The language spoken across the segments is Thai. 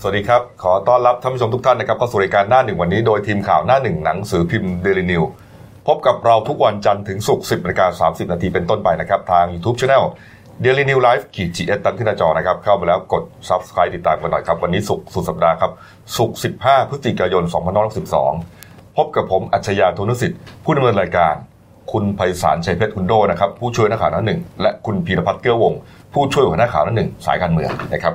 สวัสดีครับ ขอต้อนรับท่านผู้ชมทุกท่านนะครับเข้าสู่รายการหน้าหนึ่งวันนี้โดยทีมข่าวหน้าหนึ่งหนังสือพิมพ์เดลินิวพบกับเราทุกวันจันทร์ถึงศุกร์ 10นาฬิกา30 นาทีเป็นต้นไปนะครับ ทาง YouTube Channel Daily New Life ขีดจีเอตันที่หน้าจอนะครับ เข้ามาแล้วกด Subscribe ติดตามกันหน่อยครับ วันนี้ศุกร์สุดสัปดาห์ครับศุกร์15 พฤศจิกายน2562พบกับผมอัจฉริยะธนุสิทธิ์ผู้ดำเนินรายการ คุณไพศาลชัยเพชรคุณโดนะครับผู้ช่วยนักข่าวหน้าหนึ่งและคุณพีรพัฒน์เกื้อวงศ์ผู้ช่วยหัวหน้าข่าวหน้าหนึ่งสายการเมืองนะครับ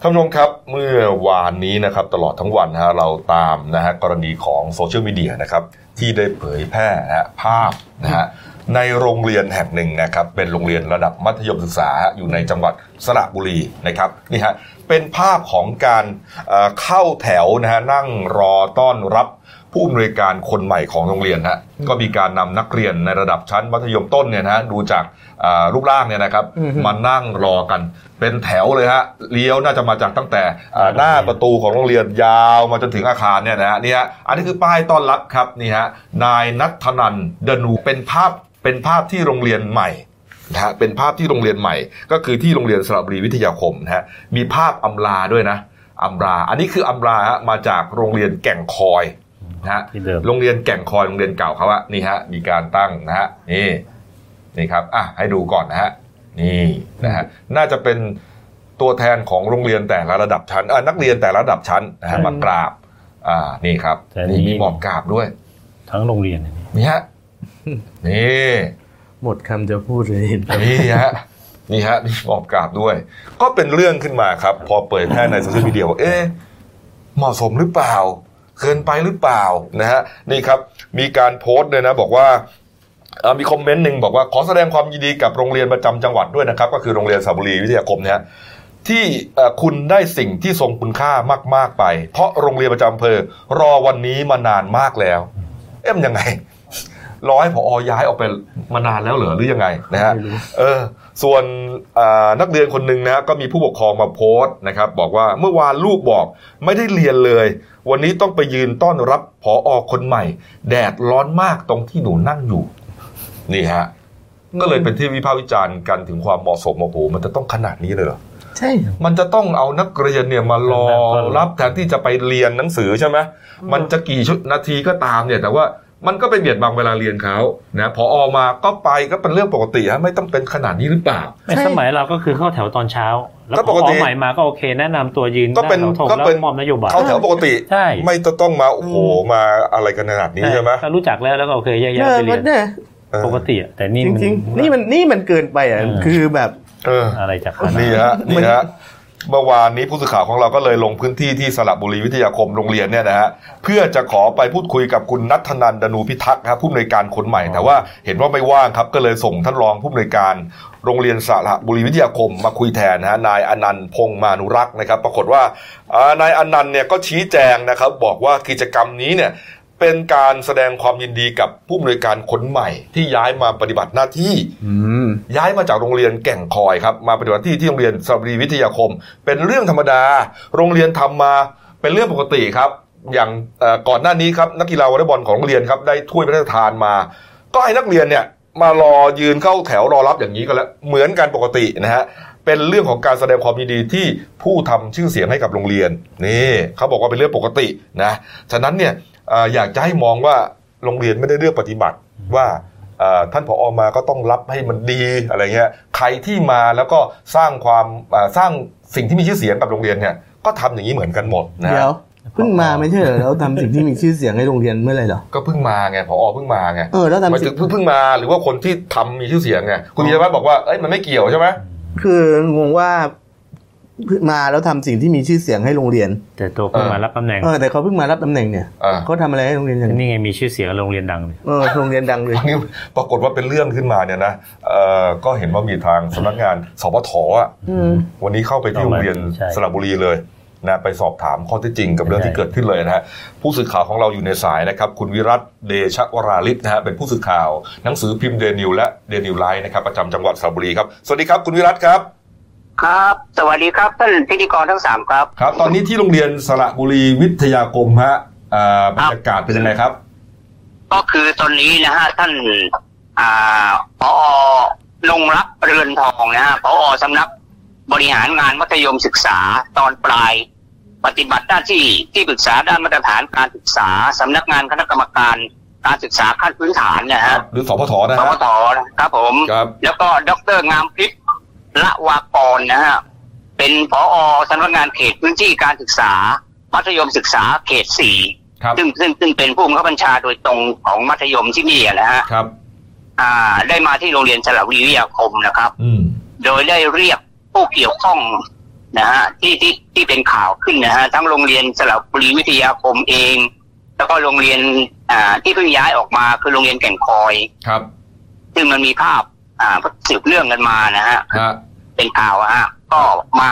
ท่านผู้ชมครับเมื่อวานนี้นะครับตลอดทั้งวันนะฮะเราตามนะฮะกรณีของโซเชียลมีเดียนะครับที่ได้เผยแพร่นะฮะภาพนะฮะในโรงเรียนแห่งหนึ่งนะครับเป็นโรงเรียนระดับมัธยมศึกษาฮะอยู่ในจังหวัดสระบุรีนะครับนี่ฮะเป็นภาพของการเอ่อเข้าแถวนะฮะนั่งรอต้อนรับ ผู้อำนวยการคนใหม่ของโรงเรียนฮะก็มีการนำนักเรียนในระดับชั้นมัธยมต้นเนี่ยนะฮะดูจากอ่ารูปร่างเนี่ยนะครับมานั่งรอกัน เป็นแถวเลยฮะเลี้ยวน่าจะมาจากตั้งแต่อ่าหน้าประตูของโรงเรียนยาวมาจนถึงอาคารเนี่ยนะฮะนี่ฮะอันนี้คือป้ายต้อนรับครับนี่ฮะนายนัทธนันเดนูเป็นภาพเป็นภาพที่โรงเรียนใหม่ นะฮะเป็นภาพที่โรงเรียนใหม่ ก็คือที่โรงเรียนสระบุรีวิทยาคมนะฮะมีภาพอำลาด้วยนะอำลาอันนี้คืออำลาฮะมาจากโรงเรียนแก่งคอยนะฮะ ที่เดิม โรงเรียนแก่งคอยโรงเรียนเก่าเขาอะนี่ฮะมีการตั้งนะฮะนี่นี่ครับอ่ะให้ดูก่อนนะฮะนี่นะฮะน่าจะเป็นตัวแทนของโรงเรียนแต่ละระดับชั้นเอ่อนักเรียนแต่ละระดับชั้นนะฮะมากราบอ่านี่ครับ แต่นี่ นี่มีหมอบกราบด้วย ทั้งโรงเรียนเนี่ย นี่ฮะนี่ หมดคำจะพูดเลยเห็นไหม นี่ฮะนี่ฮะนี่หมอบกราบด้วย ก็เป็นเรื่องขึ้นมาครับ พอเปิดแพร่ในโซเชียลมีเดียว่าเอ๊ะเหมาะสมหรือเปล่า เกินไปหรือเปล่านะฮะนี่ครับ มีการโพสต์เลยนะบอกว่าเอ่อมีคอมเมนต์หนึ่งบอกว่าขอแสดงความยินดีกับโรงเรียนประจำจังหวัดด้วยนะครับ ก็คือโรงเรียนสระบุรีวิทยาคมเนี่ยที่เอ่อคุณได้สิ่งที่ทรงคุณค่ามาก ๆไป เพราะโรงเรียนประจำอำเภอรอวันนี้มานานมากแล้ว เอ๊ะมันยังไง รอให้ผอย้ายออกไปมานานแล้วเหรอหรือยังไงนะฮะเออ ส่วนอ่านักเรียนคนหนึ่งนะฮะก็มีผู้ปกครองมาโพสต์นะครับ บอกว่าเมื่อวานลูกบอกไม่ได้เรียนเลย วันนี้ต้องไปยืนต้อนรับผออคนใหม่ แดดร้อนมากตรงที่หนูนั่งอยู่ นี่ฮะ ก็เลยเป็นที่วิพากษ์วิจารณ์กันถึงความเหมาะสมโอ้โหมันจะต้องขนาดนี้เลยเหรอ ใช่เหรอ มันจะต้องเอานักเรียนเนี่ยมารอรับแทนที่จะไปเรียนหนังสือใช่ไหมมันจะกี่ชุดนาทีก็ตามเนี่ย แต่ว่ามันก็ไปเบียดบังเวลาเรียนเขานะพออมาก็ไปก็เป็นเรื่องปกติฮะไม่ต้องเป็นขนาดนี้หรือเปล่า ไม่สมัยเราก็คือเข้าแถวตอนเช้า แล้ว ก็ปกติ พอใหม่มาก็โอเค แนะนำตัวยืน ก็เป็น หาแถวธง ก็ แล้ว เป็น มอบนโยบาย เข้าแถวปกติ ใช่ ไม่ต้องมาโอ้โหมาอะไรกันขนาดนี้ใช่ไหม ก็รู้จักแล้วแล้วก็โอเคแยก เอ ย้าย อ ไปเรียน เนี่ย เออ ปกติอะแต่นี่ จ มั ริงๆ นี่มันนี่มันเกินไปอ่ะ เออ คือแบบ เออ อะไรจากขนาด นี่ฮะนี่ฮะเมื่อวานนี้ผู้สื่อข่าวของเราก็เลยลงพื้นที่ที่สระบุรีวิทยาคมโรงเรียนเนี่ยนะฮะเพื่อจะขอไปพูดคุยกับคุณนัทธนันดนูพิทักษ์ครับผู้อำนวยการคนใหม่ แต่ว่าเห็นว่าไม่ว่างครับก็เลยส่งท่านรองผู้อำนวยการโรงเรียนสระบุรีวิทยาคมมาคุยแทนนะฮะนายอนันต์พงษ์มานุรักษ์นะครับ ปรากฏว่าอ่านายอนันต์เนี่ยก็ชี้แจงนะครับ บอกว่ากิจกรรมนี้เนี่ยเป็นการแสดงความยินดีกับผู้อำนวยการคนใหม่ ที่ย้ายมาปฏิบัติหน้าที่ อืม ย้ายมาจากโรงเรียนแก่งคอยครับมาปฏิบัติที่ที่โรงเรียนสระบุรีวิทยาคม เป็นเรื่องธรรมดา โรงเรียนทำมาเป็นเรื่องปกติครับ อย่างเอ่อก่อนหน้านี้ครับนักกีฬาวอลเลย์บอลของโรงเรียนครับได้ถ้วยพระราชทานมา ก็ให้นักเรียนเนี่ยมารอยืนเข้าแถวรอรับอย่างนี้ก็แล้วเหมือนกันปกตินะฮะเป็นเรื่องของการแสดงความยินดีที่ผู้ทำชื่อเสียงให้กับโรงเรียนนี่เขาบอกว่าเป็นเรื่องปกตินะฉะนั้นเนี่ยเอ่ออยากจะให้มองว่าโรงเรียนไม่ได้เลือกปฏิบัติว่า เอ่อท่านผออมาก็ต้องรับให้มันดีอะไรเงี้ยใครที่มาแล้วก็สร้างความเอ่อสร้างสิ่งที่มีชื่อเสียงกับโรงเรียนเนี่ยก็ทำอย่างนี้เหมือนกันหมดนะฮะ เดี๋ยวเพิ่งมาไม่ใช่เหรอแล้วทำสิ่งที่มีชื่อเสียงให้โรงเรียนเมื่อไหร่เหรอ ก็เพิ่งมาไงผอเพิ่งมาไง เออ แล้ว หมาย ทำ ถึ สิ่ ง ง เพิ่งเพิ่งมาหรือว่าคนที่ทำมีชื่อเสียงไงคุณพิชวัฒน์บอกว่าเอ้ยมันไม่เกี่ยวใช่ไหม คืองงว่าเพิ่งมาแล้วทำสิ่งที่มีชื่อเสียงให้โรงเรียน แต่ตัวผู้มารับตำแหน่ง เออแต่เขาเพิ่งมารับตำแหน่งเนี่ย อ่า เขาทำอะไรให้โรงเรียนอย่าง นี่ไงมีชื่อเสียงโรงเรียนดังเนี่ย เออโรงเรียนดังเลย อันนี้ปรากฏว่าเป็นเรื่องขึ้นมาเนี่ยนะเอ่อก็เห็นว่ามีทางสำนักงานสพทอ่ะ อืม วันนี้เข้าไปที่โรงเรียนสระบุรีเลยนะไปสอบถามข้อเท็จจริงกับเรื่องที่เกิดขึ้นเลยนะฮะผู้สื่อข่าวของเราอยู่ในสายนะครับ คุณวิรัตเดชวราลิศนะฮะเป็นผู้สื่อข่าว หนังสือพิมพ์เดนิวและเดนิวไลน์นะครับประจำจังหวัดสระบุรีครับสวัสดีครับคุณวิรัตครับ ครับ สวัสดีครับท่านพิธีกรทั้งสามครับ ครับ ตอนนี้ที่โรงเรียนสระบุรีวิทยาคมฮะอ่าบรรยากาศเป็นยังไงครับ ก็คือตอนนี้นะฮะท่านอ่าพอลงรับเรือนทองนะฮะพอสำนักบริหารงานมัธยมศึกษาตอนปลาย ปฏิบัติหน้าที่ที่ปรึกษาด้านมาตรฐานการศึกษาสำนักงานคณะกรรมการการศึกษาขั้นพื้นฐานนะฮะ หรือสพทนะ ส ฮะ พทนะครับผม ครับ แล้วก็ดรงามพริษละวากรนะฮะเป็นผอสำนักงานเขตพื้นที่การศึกษา มัธยมศึกษาเขตสี่ ครับ ซึ่งซึ่งซึ่งเป็นผู้บังคับบัญชาโดยตรงของมัธยมที่นี่อะนะฮะ ครับ อ่าได้มาที่โรงเรียนสระบุรีวิทยาคมนะครับ อืม โดยได้เรียกผู้เกี่ยวข้องนะฮะที่ที่ที่เป็นข่าวขึ้นนะฮะทั้งโรงเรียนสระบุรีวิทยาคมเอง แล้วก็โรงเรียนอ่าที่เพิ่งย้ายออกมาคือโรงเรียนแก่งคอย ครับ ซึ่งมันมีภาพอ่าสืบเรื่องกันมานะฮะ ฮะ เป็นข่าวอะฮะก็มา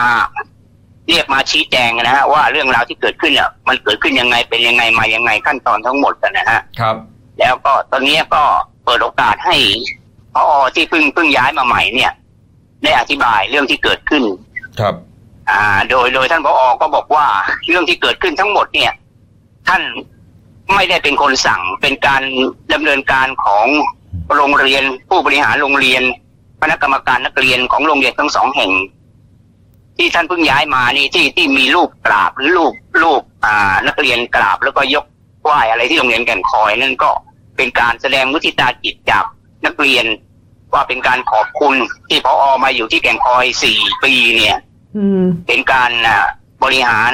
เรียกมาชี้แจงนะฮะว่าเรื่องราวที่เกิดขึ้นอ่ะมันเกิดขึ้นยังไงเป็นยังไงมายังไงขั้นตอนทั้งหมดกันนะฮะ ครับ แล้วก็ตอนนี้ก็เปิดโอกาสให้พอที่เพิ่งเพิ่งย้ายมาใหม่เนี่ย ได้อธิบายเรื่องที่เกิดขึ้น ครับ อ่า โดยโดยท่านพออก็บอกว่าเรื่องที่เกิดขึ้นทั้งหมดเนี่ย ท่านไม่ได้เป็นคนสั่งเป็นการดำเนินการของโรงเรียนผู้บริหารโรงเรียนคณะกรรมการนักเรียนของโรงเรียนทั้งสองแห่ง ที่ท่านเพิ่งย้ายมานี่ที่ที่มีรูปกราบหรือรูปรูปอ่า นักเรียนกราบแล้วก็ยกไหว้อะไรที่โรงเรียนแก่นคอยนั่นก็เป็นการแสดงมุทิตาจิตจากนักเรียน ว่าเป็นการขอบคุณที่พออมาอยู่ที่แก่นคอยสี่ปีเนี่ย อืม เป็นการอ่ะบริหาร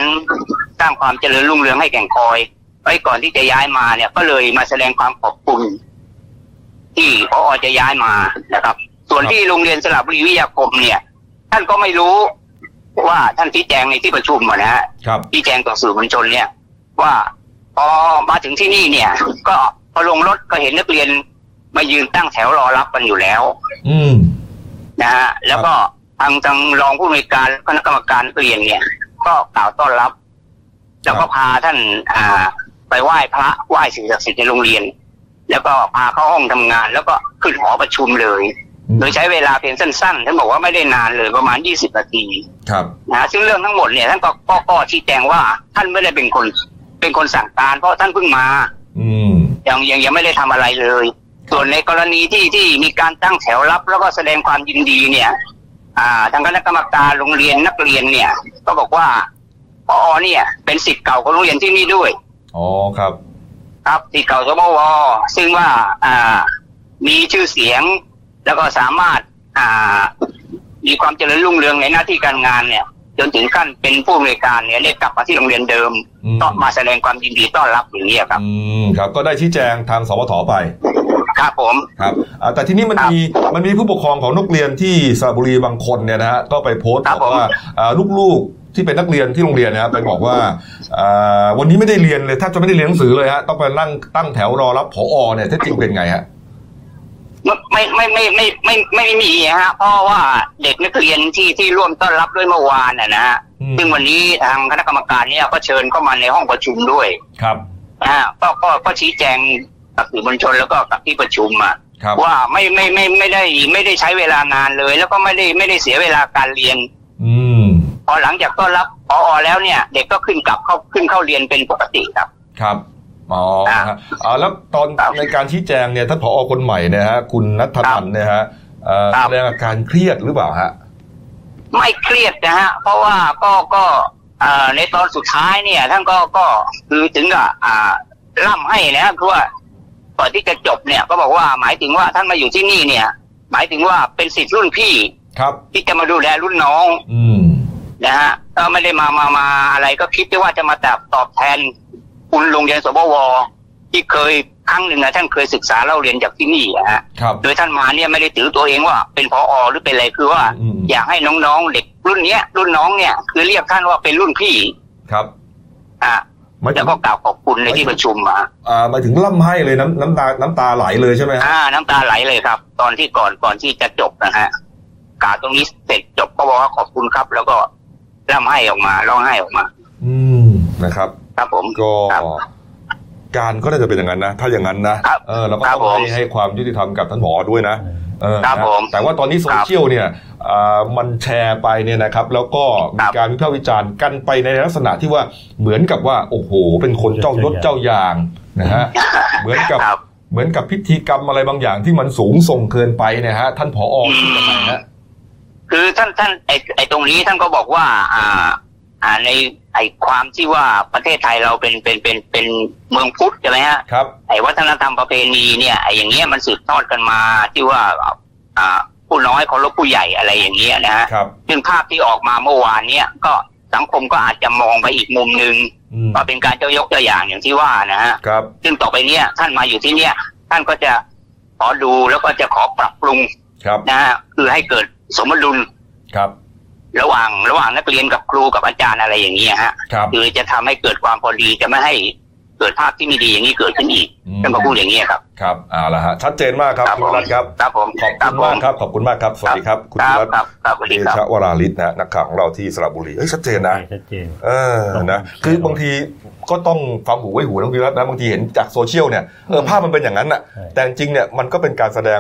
สร้างความเจริญรุ่งเรืองให้แก่งคอย ไว้ก่อนที่จะย้ายมาเนี่ยก็เลยมาแสดงความขอบคุณที่พออจะย้ายมานะครับ ส่วนที่โรงเรียนสระบุรีวิทยาคมเนี่ย ท่านก็ไม่รู้ว่าท่านชี้แจงในที่ประชุมอะนะฮะ ครับ ชี้แจงต่อสื่อมวลชนเนี่ยว่าพอมาถึงที่นี่เนี่ย ก็พอลงรถก็เห็นนักเรียนมายืนตั้งแถวรอรับกันอยู่แล้ว อืม นะฮะแล้วก็ทางทางรองผู้อำนวยการคณะกรรมการเปลี่ยนเนี่ย ก็กล่าวต้อนรับ แล้วก็พาท่าน อ่า ไปไหว้พระไหว้สิ่งศักดิ์สิทธิ์ในโรงเรียน แล้วก็พาเข้าห้องทำงาน แล้วก็ขึ้นหอประชุมเลย อืม โดยใช้เวลาเพียงสั้นๆท่านบอกว่าไม่ได้นานเลยประมาณ 20 นาที ครับ นะฮะซึ่งเรื่องทั้งหมดเนี่ยท่านก็ก็ก็ชี้แจงว่าท่านไม่ได้เป็นคน เป็นคนสั่งการ เพราะท่านเพิ่งมา อืม ยังยังยังไม่ได้ทำอะไรเลย ส่วนในกรณีที่ที่มีการตั้งแถวรับ แล้วก็แสดงความยินดีเนี่ย อ่า ทางคณะกรรมการโรงเรียนนักเรียนเนี่ย ก็บอกว่าพอเนี่ย เป็นสิทธิ์เก่าของโรงเรียนที่นี่ด้วย อ๋อครับ ครับสิทธิ์เก่าสมวซึ่งว่าอ่า มีชื่อเสียง แล้วก็สามารถ อ่า มีความเจริญรุ่งเรืองในหน้าที่การงานเนี่ย จนถึงขั้นเป็นผู้อำนวยการเนี่ยได้กลับมาที่โรงเรียนเดิม อืม ก็มาแสดงความยินดีต้อนรับอย่างนี้ยครับ อืมครับก็ได้ชี้แจงทางสวทไป ครับผม ครับอ่าแต่ที่นี่มันมีมันมีผู้ปกครองของนักเรียนที่สระบุรีบางคนเนี่ยนะฮะก็ไปโพสต์ ครับอบผม กว่าอ่าลูกๆที่เป็นนักเรียนที่โรงเรียนนะครับไปบอกว่าอ่าวันนี้ไม่ได้เรียนเลยแทบจะไม่ได้เรียนหนังสือเลยฮะต้องไปนั่งตั้งแถวรอรับผอเนี่ยเท็จจริงเป็นไงฮะ ไม่ไม่ไม่ไม่ไม่ไม่ไม่มีฮะเพราะว่าเด็กนักเรียนที่ที่ร่วมต้อนรับด้วยเมื่อวานน่ะนะฮะ อืม ซึ่งวันนี้ทางคณะกรรมการเนี่ยก็เชิญเข้ามาในห้องประชุมด้วย ครับ นะฮะก็ก็ก็ชี้แจงกับสื่อมวลชนแล้วก็กับที่ประชุมอะ ครับ ว่าไม่ไม่ไม่ไม่ได้ไม่ได้ใช้เวลานานเลย แล้วก็ไม่ได้ไม่ได้เสียเวลาการเรียน อืม พอหลังจากต้อนรับพออแล้วเนี่ย เด็กก็ขึ้นกลับเข้าขึ้นเข้าเรียนเป็นปกติครับ ครับอ๋อ ครั ฮะ บ อ่าแล้วตอน ครับ ในการชี้แจงเนี่ยท่านผอคนใหม่เนี่ยฮะคุณนัทธนันเนี่ยฮะเอ่อแสดงอาการเครียดหรือเปล่าฮะ ไม่เครียดนะฮะ เพราะว่าก็ก็เอ่อในตอนสุดท้ายเนี่ย ท่านก็ก็คือถึงกับอ่าร่ำให้นะครับคือว่าก่อนที่จะจบเนี่ย ก็บอกว่าหมายถึงว่าท่านมาอยู่ที่นี่เนี่ย หมายถึงว่าเป็นสิทธิ์รุ่นพี่ ครับ ที่จะมาดูแลรุ่นน้อง อืม นะฮะก็ไม่ได้มามามาอะไรก็คิดแต่ว่าจะมาตอบตอบแทนคุณโรงเรียนสบวที่เคยครั้งหนึ่งนะท่านเคยศึกษาเล่าเรียนจากที่นี่อะฮะ ครับ โดยท่านมาเนี่ยไม่ได้ถือตัวเองว่าเป็นพออหรือเป็นอะไรคือว่า อืม อยากให้น้องๆเด็กรุ่นเนี้ย รุ่นน้องเนี่ย คือเรียกท่านว่าเป็นรุ่นพี่ ครับ อ่ะ หมายถึ แล้ ง วก็กล่าวขอบคุณในที่ประชุมอ่ะ อ่าหมายถึงล่ำให้เลยน้ำน้ำตาน้ำตาไหลเลยใช่ไหมฮะ อ่าน้ำตาไหลเลยครับ ตอนที่ก่อนก่อนที่จะจบนะฮะกล่าวตรงนี้เสร็จจบก็บอกว่าขอบคุณครับ แล้วก็ร่ำไห้ออกมาร้องไห้ออกมา อืมนะครับ ครับผม ก็ ครับ การก็น่าจะเป็นอย่างนั้นนะ ถ้าอย่างนั้นนะครับเออเราก็ ครับ ต้องให้ ผม ให้ความยุติธรรมกับท่านผอด้วยนะเออ ครับ นะ ผม แต่ว่าตอนนี้โซเชียลเนี่ยอ่ามันแชร์ไปเนี่ยนะครับ แล้วก็ ค มี รับ การวิพากษ์วิจารณ์กันไปในลักษณะที่ว่าเหมือนกับว่าโอ้โห เป็นคนเจ้ายศเจ้าอย่างนะฮะเหมือนกับ ครับ เหมือนกับพิธีกรรมอะไรบางอย่างที่มันสูงส่งเกินไปเนี่ยฮะท่านผอคิดยังไงฮะ คือท่านท่านไอไอตรงนี้ท่านก็บอกว่า อ่า อ่าใน ไอ้ความที่ว่าประเทศไทยเราเป็นเป็นเป็นเป็นเมืองพุทธใช่ไหมฮะ ครับ ไอ้วัฒนธรรมประเพณีเนี่ยไอ้อย่างเงี้ยมันสืบทอดกันมาที่ว่าอ่าผู้น้อยเคารพผู้ใหญ่อะไรอย่างเงี้ยนะฮะ ครับ ซึ่งภาพที่ออกมาเมื่อวานเนี่ยก็สังคมก็อาจจะมองไปอีกมุมหนึ่ง อืม ว่าเป็นการเจ้ายกตัวอย่างอย่างที่ว่านะฮะ ครับ ซึ่งต่อไปเนี่ยท่านมาอยู่ที่เนี่ย ท่านก็จะขอดูแล้วก็จะขอปรับปรุง ครับ นะฮะคือให้เกิดสมดุล ครับ ระหว่างระหว่างนักเรียนกับครูกับอาจารย์อะไรอย่างเงี้ยฮะ ครับ คือจะทำให้เกิดความพอดีจะไม่ให้เกิดภาพที่ไม่ดีอย่างนี้เกิดขึ้นอีก อืม ท่านก็พูดอย่างนี้ยครับ ครับเอาละฮะชัดเจนมากครับ ครับ คุณวิรัตน์ครับ ครับผม ขอบคุณมากครับ ขอบคุณมากครับ สวัสดีครับคุณ ค วิ รับ รัตน์ ครับครับสวัส เด ดีครับ ชะวราลิศนะฮะนักข่าวของเราที่สระบุรีเอ้ยชัดเจนนะ ใช่ชัดเจน เออ นะ คือบางทีก็ต้องฟังหูไว้หูนะคุณวิรัตน์นะ บางทีเห็นจากโซเชียลเนี่ย เออ ภาพมันเป็นอย่างนั้นน่ะ ใช่ แต่จริงๆเนี่ย มันก็เป็นการแสดง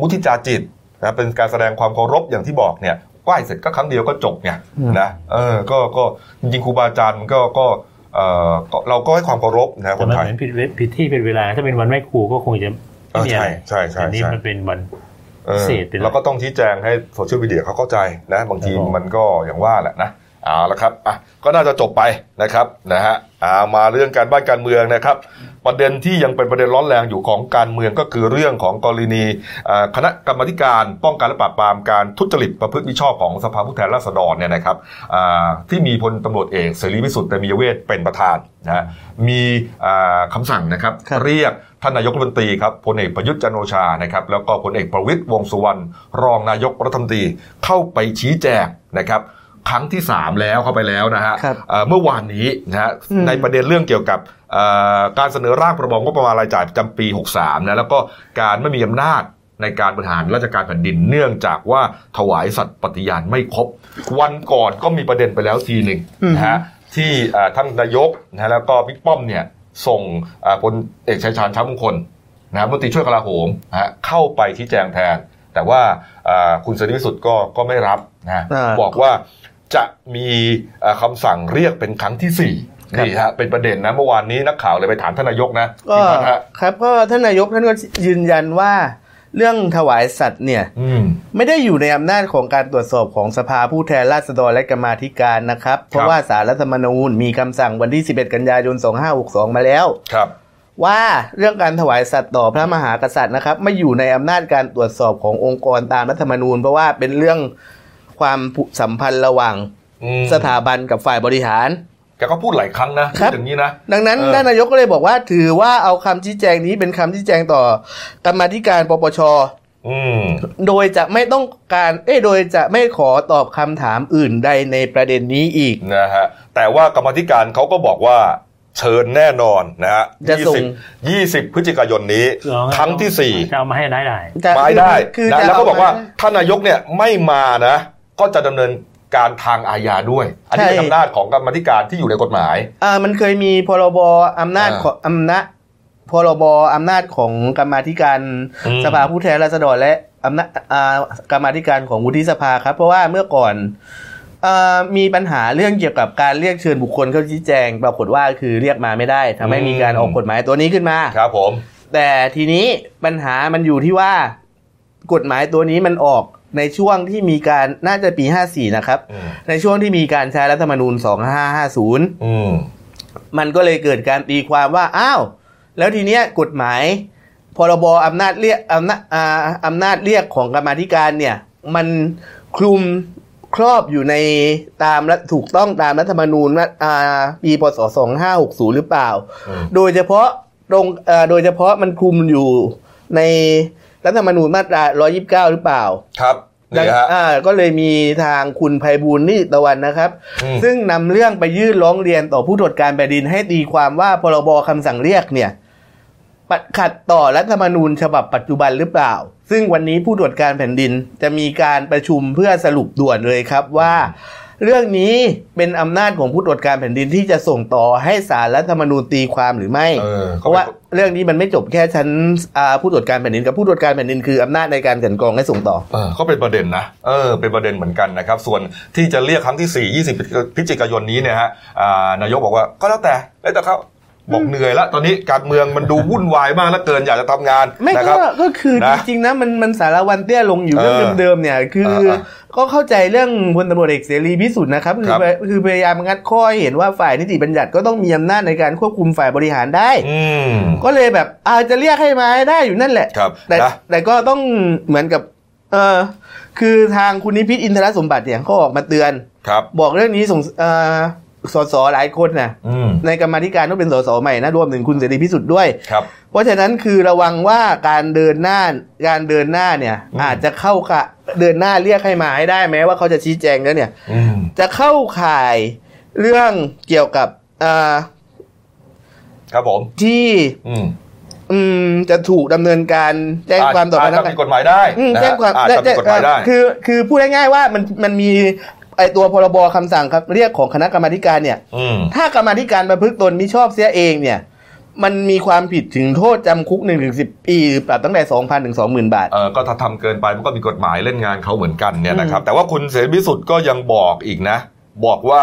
มุทิจาจิตนะ เป็นการแสดงความเคารพอย่างที่บอกเนี่ยไหว้เสร็จก็ครั้งเดียวก็จบไง อืม นะ เออ ก็ ก็จริงๆครูบาอาจารย์ก็ ก็เออก็เราก็ให้ความเคารพนะค แต่ น มัน ไท เห ย มือนผิดเวผิดที่เป็นเวลา ถ้าเป็นวันไม่ครูก็คงจะไม่มีอะเออไรใช่ใช่ใช่ แต่นี่ ใช่ มันเป็นวัน เออ เศษไปเลย เราก็ต้องชี้แจงให้โซเชียลมีเดียเขาเข้าใจนะ บางที ครับผม มันก็อย่างว่าแหละนะเอาละครับอ่ะก็น่าจะจบไปนะครับนะฮะอ่ามาเรื่องการบ้านการเมืองนะครับ ประเด็นที่ยังเป็นประเด็นร้อนแรงอยู่ของการเมืองก็คือเรื่องของกรณีอ่าคณะกรรมาธิการป้องกันและปราบปรามการทุจริตประพฤติมิชอบของสภาผู้แทนราษฎรเนี่ยนะครับอ่าที่มีพลตำรวจเอกเสรีพิสุทธิ์เตมียเวทเป็นประธานนะฮะมีอ่าคำสั่งนะครับ ครับ เรียกท่านนายกรัฐมนตรีครับพลเอกประยุทธ์จันทร์โอชานะครับแล้วก็พลเอกประวิตยวงษ์สุวรรณรองนายกรัฐมนตรีเข้าไปชี้แจงนะครับ ครั้งที่ 3 แล้วเข้าไปแล้วนะฮะ ครับ เอ่อเมื่อวานนี้นะฮะ อืม ในประเด็นเรื่องเกี่ยวกับเอ่อการเสนอร่างประมงงบประมาณรายจ่ายประจำปี 63นะแล้วก็การไม่มีอำนาจในการบริหารราชการแผ่นดิน เนื่องจากว่าถวายสัตย์ปฏิญาณไม่ครบ วันก่อนก็มีประเด็นไปแล้วทีหนึ่งนะฮะ ที่เอ่อท่านนายกนะฮะแล้วก็บิ๊กป้อมเนี่ยส่งเอ่อพลเอกชัยชาญช้างมงคลนะฮะมนตรีช่วยกลาโหมนะฮะเข้าไปชี้แจงแทน แต่ว่าเอ่อคุณเสรีพิสุทธิ์ก็ก็ไม่รับนะฮะ อ่า บอกว่าจะมีเอ่อคำสั่งเรียกเป็นครั้งที่สี่นี่ฮะเป็นประเด็นนะเมื่อวานนี้นักข่าวเลยไปถามท่านนายกนะ ก็ พี่พัฒน์ฮะ ครับก็ท่านนายกท่านก็ยืนยันว่า เรื่องถวายสัตว์เนี่ย อืม ไม่ได้อยู่ในอำนาจของการตรวจสอบของสภาผู้แทนราษฎรและกรรมาธิการนะครับ เพ ครั ราะ บ ว่าสารรัฐธรรมนูญมีคำสั่งวันที่ 11 กันยายน 2562 มาแล้ว ครับ ว่าเรื่องการถวายสัตว์ต่อพระมหากษัตริย์นะครับ ไม่อยู่ในอำนาจการตรวจสอบขององค์กรตามรัฐธรรมนูญ เพราะว่าเป็นเรื่องความผูกสัมพันธ์ระหว่าง อืม สถาบันกับฝ่ายบริหาร แกก็พูดหลายครั้งนะ ครั พูด บ อย่างนี้นะ ดังนั้น เออ ท่านนายกก็เลยบอกว่า ถือว่าเอาคำชี้แจงนี้เป็นคำชี้แจงต่อกรรมาธิการปปช อืม โดยจะไม่ต้องการ เอ้ยโดยจะไม่ขอตอบคำถามอื่นใดในประเด็นนี้อีก นะฮะแต่ว่ากรรมาธิการเขาก็บอกว่าเชิญแน่นอนนะฮะ จะส่ง ยี่สิบพฤศจิกายนนี้ เอาไ ครั้งที่สี่ จะเอามาให้ได้ได้ จะ ไม่ได้ คือ นะ จะ แล้วก็บอกว่า เม ท่านนายกเนี่ยไม่มานะ ก็จะดำเนินการทางอาญาด้วย อันนี้ ใช่ เป็นอำนาจของกรรมาธิการที่อยู่ในกฎหมาย อ่ามันเคยมีพรบอำนาจ อ่า ของอำนาจพรบอำนาจของกรรมาธิการ อืม สภาผู้แทนราษฎรและอำนาจอ่ากรรมาธิการของวุฒิสภาครับ เพราะว่าเมื่อก่อนอ่ามีปัญหาเรื่องเกี่ยวกับการเรียกเชิญบุคคลเข้าชี้แจง ปรากฏว่าคือเรียกมาไม่ได้ทำให้มีการออกกฎหมายตัวนี้ขึ้นมา ครับผม แต่ทีนี้ปัญหามันอยู่ที่ว่า กฎหมายตัวนี้มันออกในช่วงที่มีการน่าจะปี 54 นะครับ อืม ในช่วงที่มีการใช้รัฐธรรมนูญ 2550 อืม มันก็เลยเกิดการตีความว่า อ้าว แล้วทีเนี้ยกฎหมายพรบอำนาจเรียกอำนาจอ่าอำนาจเรียกของกรรมาธิการเนี่ย มันคลุมครอบอยู่ในตามรัฐถูกต้องตามรัฐธรรมนูญว่าอ่าปีพศ 2560 หรือเปล่า อืม โดยเฉพาะตรงเอ่อโดยเฉพาะมันคลุมอยู่ในรัฐธรรมนูญมาตรา 129 หรือเปล่า ครับ ดัง นี่ฮะ อ่าก็เลยมีทางคุณไพบูลย์นิติตะวันนะครับ อืม ซึ่งนำเรื่องไปยื่นร้องเรียนต่อผู้ตรวจการแผ่นดินให้ตีความว่าพรบคำสั่งเรียกเนี่ยปัดขัดต่อรัฐธรรมนูญฉบับปัจจุบันหรือเปล่า ซึ่งวันนี้ผู้ตรวจการแผ่นดินจะมีการประชุมเพื่อสรุปด่วนเลยครับว่า เรื่องนี้เป็นอำนาจของผู้ตรวจการแผ่นดินที่จะส่งต่อให้ศาลรัฐธรรมนูญตีความหรือไม่ เออ เพราะว่าเรื่องนี้มันไม่จบแค่ชั้นอ่าผู้ตรวจการแผ่นดินกับผู้ตรวจการแผ่นดินคืออำนาจในการกลันกรองและส่งต่อ เออก็เป็นประเด็นนะ เออ เป็นประเด็นเหมือนกันนะครับ ส่วนที่จะเรียกครั้งที่ 4 20 พฤศจิกายนนี้เนี่ยฮะอ่านายกบอกว่าก็แล้วแต่แล้วแต่เขา บอกเหนื่อยละตอนนี้การเมืองมันดูวุ่นวายมากแล้วเกินอยากจะทำงาน ไม่ นะค ก็ รับ ก็คือจ นะ ริงๆนะมันมันสารวันเตี้ยลงอยู่ เออ เรื่องเดิมๆเนี่ยคือ เออ ก็เข้าใจเรื่องพลตำรวจเอกเสรีพิสุทธิ์นะครับคือ ครับ คือพยายามงัดข้อให้เห็นว่าฝ่ายนิติบัญญัติก็ต้องมีอำนาจในการควบคุมฝ่ายบริหารได้ อืม ก็เลยแบบอาจจะเรียกให้มาให้ได้อยู่นั่นแหละ ครับ แต่ นะ แต่ก็ต้องเหมือนกับ เออคือทางคุณนิพิษอินทรสมบัติเนี่ยเขาออกมาเตือน ครับ บอกเรื่องนี้ส่งเออสสหลายคนนะ อืม ในกรรมาธิการต้องเป็นสสใหม่นะรวมถึงคุณเสรีพิสุทธิ์ด้วย ครับ เพราะฉะนั้นคือระวังว่าการเดินหน้าการเดินหน้าเนี่ย อืม อาจจะเข้าค่ะเดินหน้าเรียกให้มาให้ได้แม้ว่าเขาจะชี้แจงแล้วเนี่ย อืม จะเข้าข่ายเรื่องเกี่ยวกับเอ่อ ครับผม ที่ อืม อืมจะถูกดำเนินการแจ้งความต่อพ อาจ นัก จะ งา มี น กฎหมายได้ อืม นะฮะ แจ้งความ อาจจะมีกฎหมายได้ คือคือพูดง่ายๆว่ามันมันมีไอตัวพรบคำสั่งครับเรียกของคณะกรรมาธิการเนี่ย อืม ถ้ากรรมาธิการประพฤติตนมิชอบเสียเองเนี่ย มันมีความผิดถึงโทษจำคุก1นถึงสิปีหรือปรับตั้งแต่ 2,000ถึง20,000 บาท เออก็ถ้าทำเกินไปมันก็มีกฎหมายเล่นงานเขาเหมือนกันเนี่ยนะครับ แต่ว่าคุณเสรีพิสุทธิ์ก็ยังบอกอีกนะ บอกว่า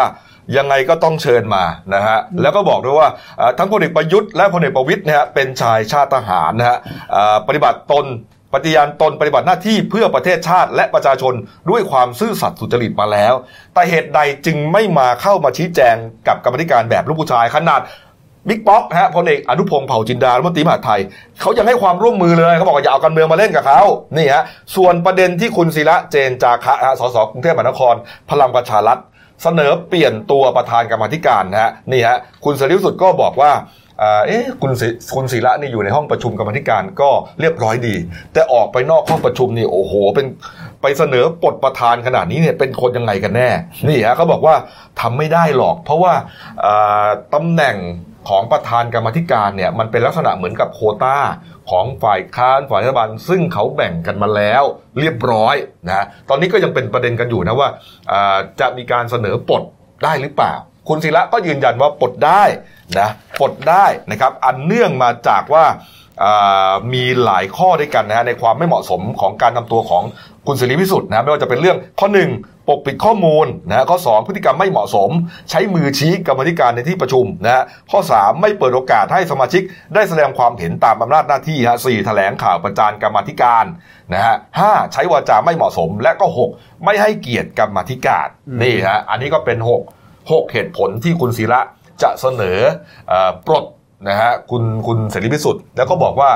ยังไงก็ต้องเชิญมานะฮะแล้วก็บอกด้วยว่าเอ่อทั้งพลเอกประยุทธ์และพลเอกประวิตยเนี่ยฮะเป็นชายชาติทหารนะฮะเอ่อปฏิบัติตนปฏิญาณตนปฏิบัติหน้าที่เพื่อประเทศชาติและประชาชนด้วยความซื่อสัตย์สุจริตมาแล้ว แต่เหตุใดจึงไม่มาเข้ามาชี้แจงกับกรรมาธิการแบบลูกผู้ชายขนาด บิ๊กป๊อกฮะพลเอกอนุพงศ์เผ่าจินดารัฐมนตรีมหาดไทย เขายังให้ความร่วมมือเลยเขาบอกว่าอย่าเอาการเมืองมาเล่นกับเขานี่ฮะส่วนประเด็นที่คุณศิระเจนจาคะฮะสสกรุงเทพมหานคร พลังประชารัฐเสนอเปลี่ยนตัวประธานกรรมาธิการนะฮะนี่ฮะคุณเสรีพิสุทธิ์ก็บอกว่าอ่าเอ๊ะคุณศิคุณศิระนี่อยู่ในห้องประชุมกรรมาธิการก็เรียบร้อยดี แต่ออกไปนอกห้องประชุมนี่โอ้โหเป็น ไปเสนอปลดประธานขนาดนี้เนี่ยเป็นคนยังไงกันแน่ นี่ฮะเขาบอกว่าทำไม่ได้หรอก เพราะว่าเอ่อตำแหน่งของประธานกรรมาธิการเนี่ยมันเป็นลักษณะเหมือนกับโควต้าของฝ่ายค้านฝ่ายรัฐบาลซึ่งเขาแบ่งกันมาแล้ว เรียบร้อยนะตอนนี้ก็ยังเป็นประเด็นกันอยู่นะว่าเอ่อจะมีการเสนอปลดได้หรือเปล่า คุณศิระก็ยืนยันว่าปลดได้นะปลดได้นะครับอันเนื่องมาจากว่าอ่ามีหลายข้อด้วยกันนะฮะในความไม่เหมาะสมของการทำตัวของคุณศิริพิสุทธิ์นะไม่ว่าจะเป็นเรื่องข้อ 1 ปกปิดข้อมูลนะฮะข้อ 2 พฤติกรรมไม่เหมาะสม ใช้มือชี้กรรมาธิการในที่ประชุมนะฮะข้อ 3 ไม่เปิดโอกาสให้สมาชิกได้แสดงความเห็นตามอำนาจหน้าที่ฮะสี่แถลงข่าวประจานกรรมาธิการนะฮะห้าใช้วาจาไม่เหมาะสม และก็หกไม่ให้เกียรติกรรมาธิการนี่ฮะอันนี้ก็เป็นหก หกเหตุผลที่คุณศิระจะเสนอเออปลดนะฮะคุณคุณเสรีพิสุทธิ์แล้วก็บอกว่า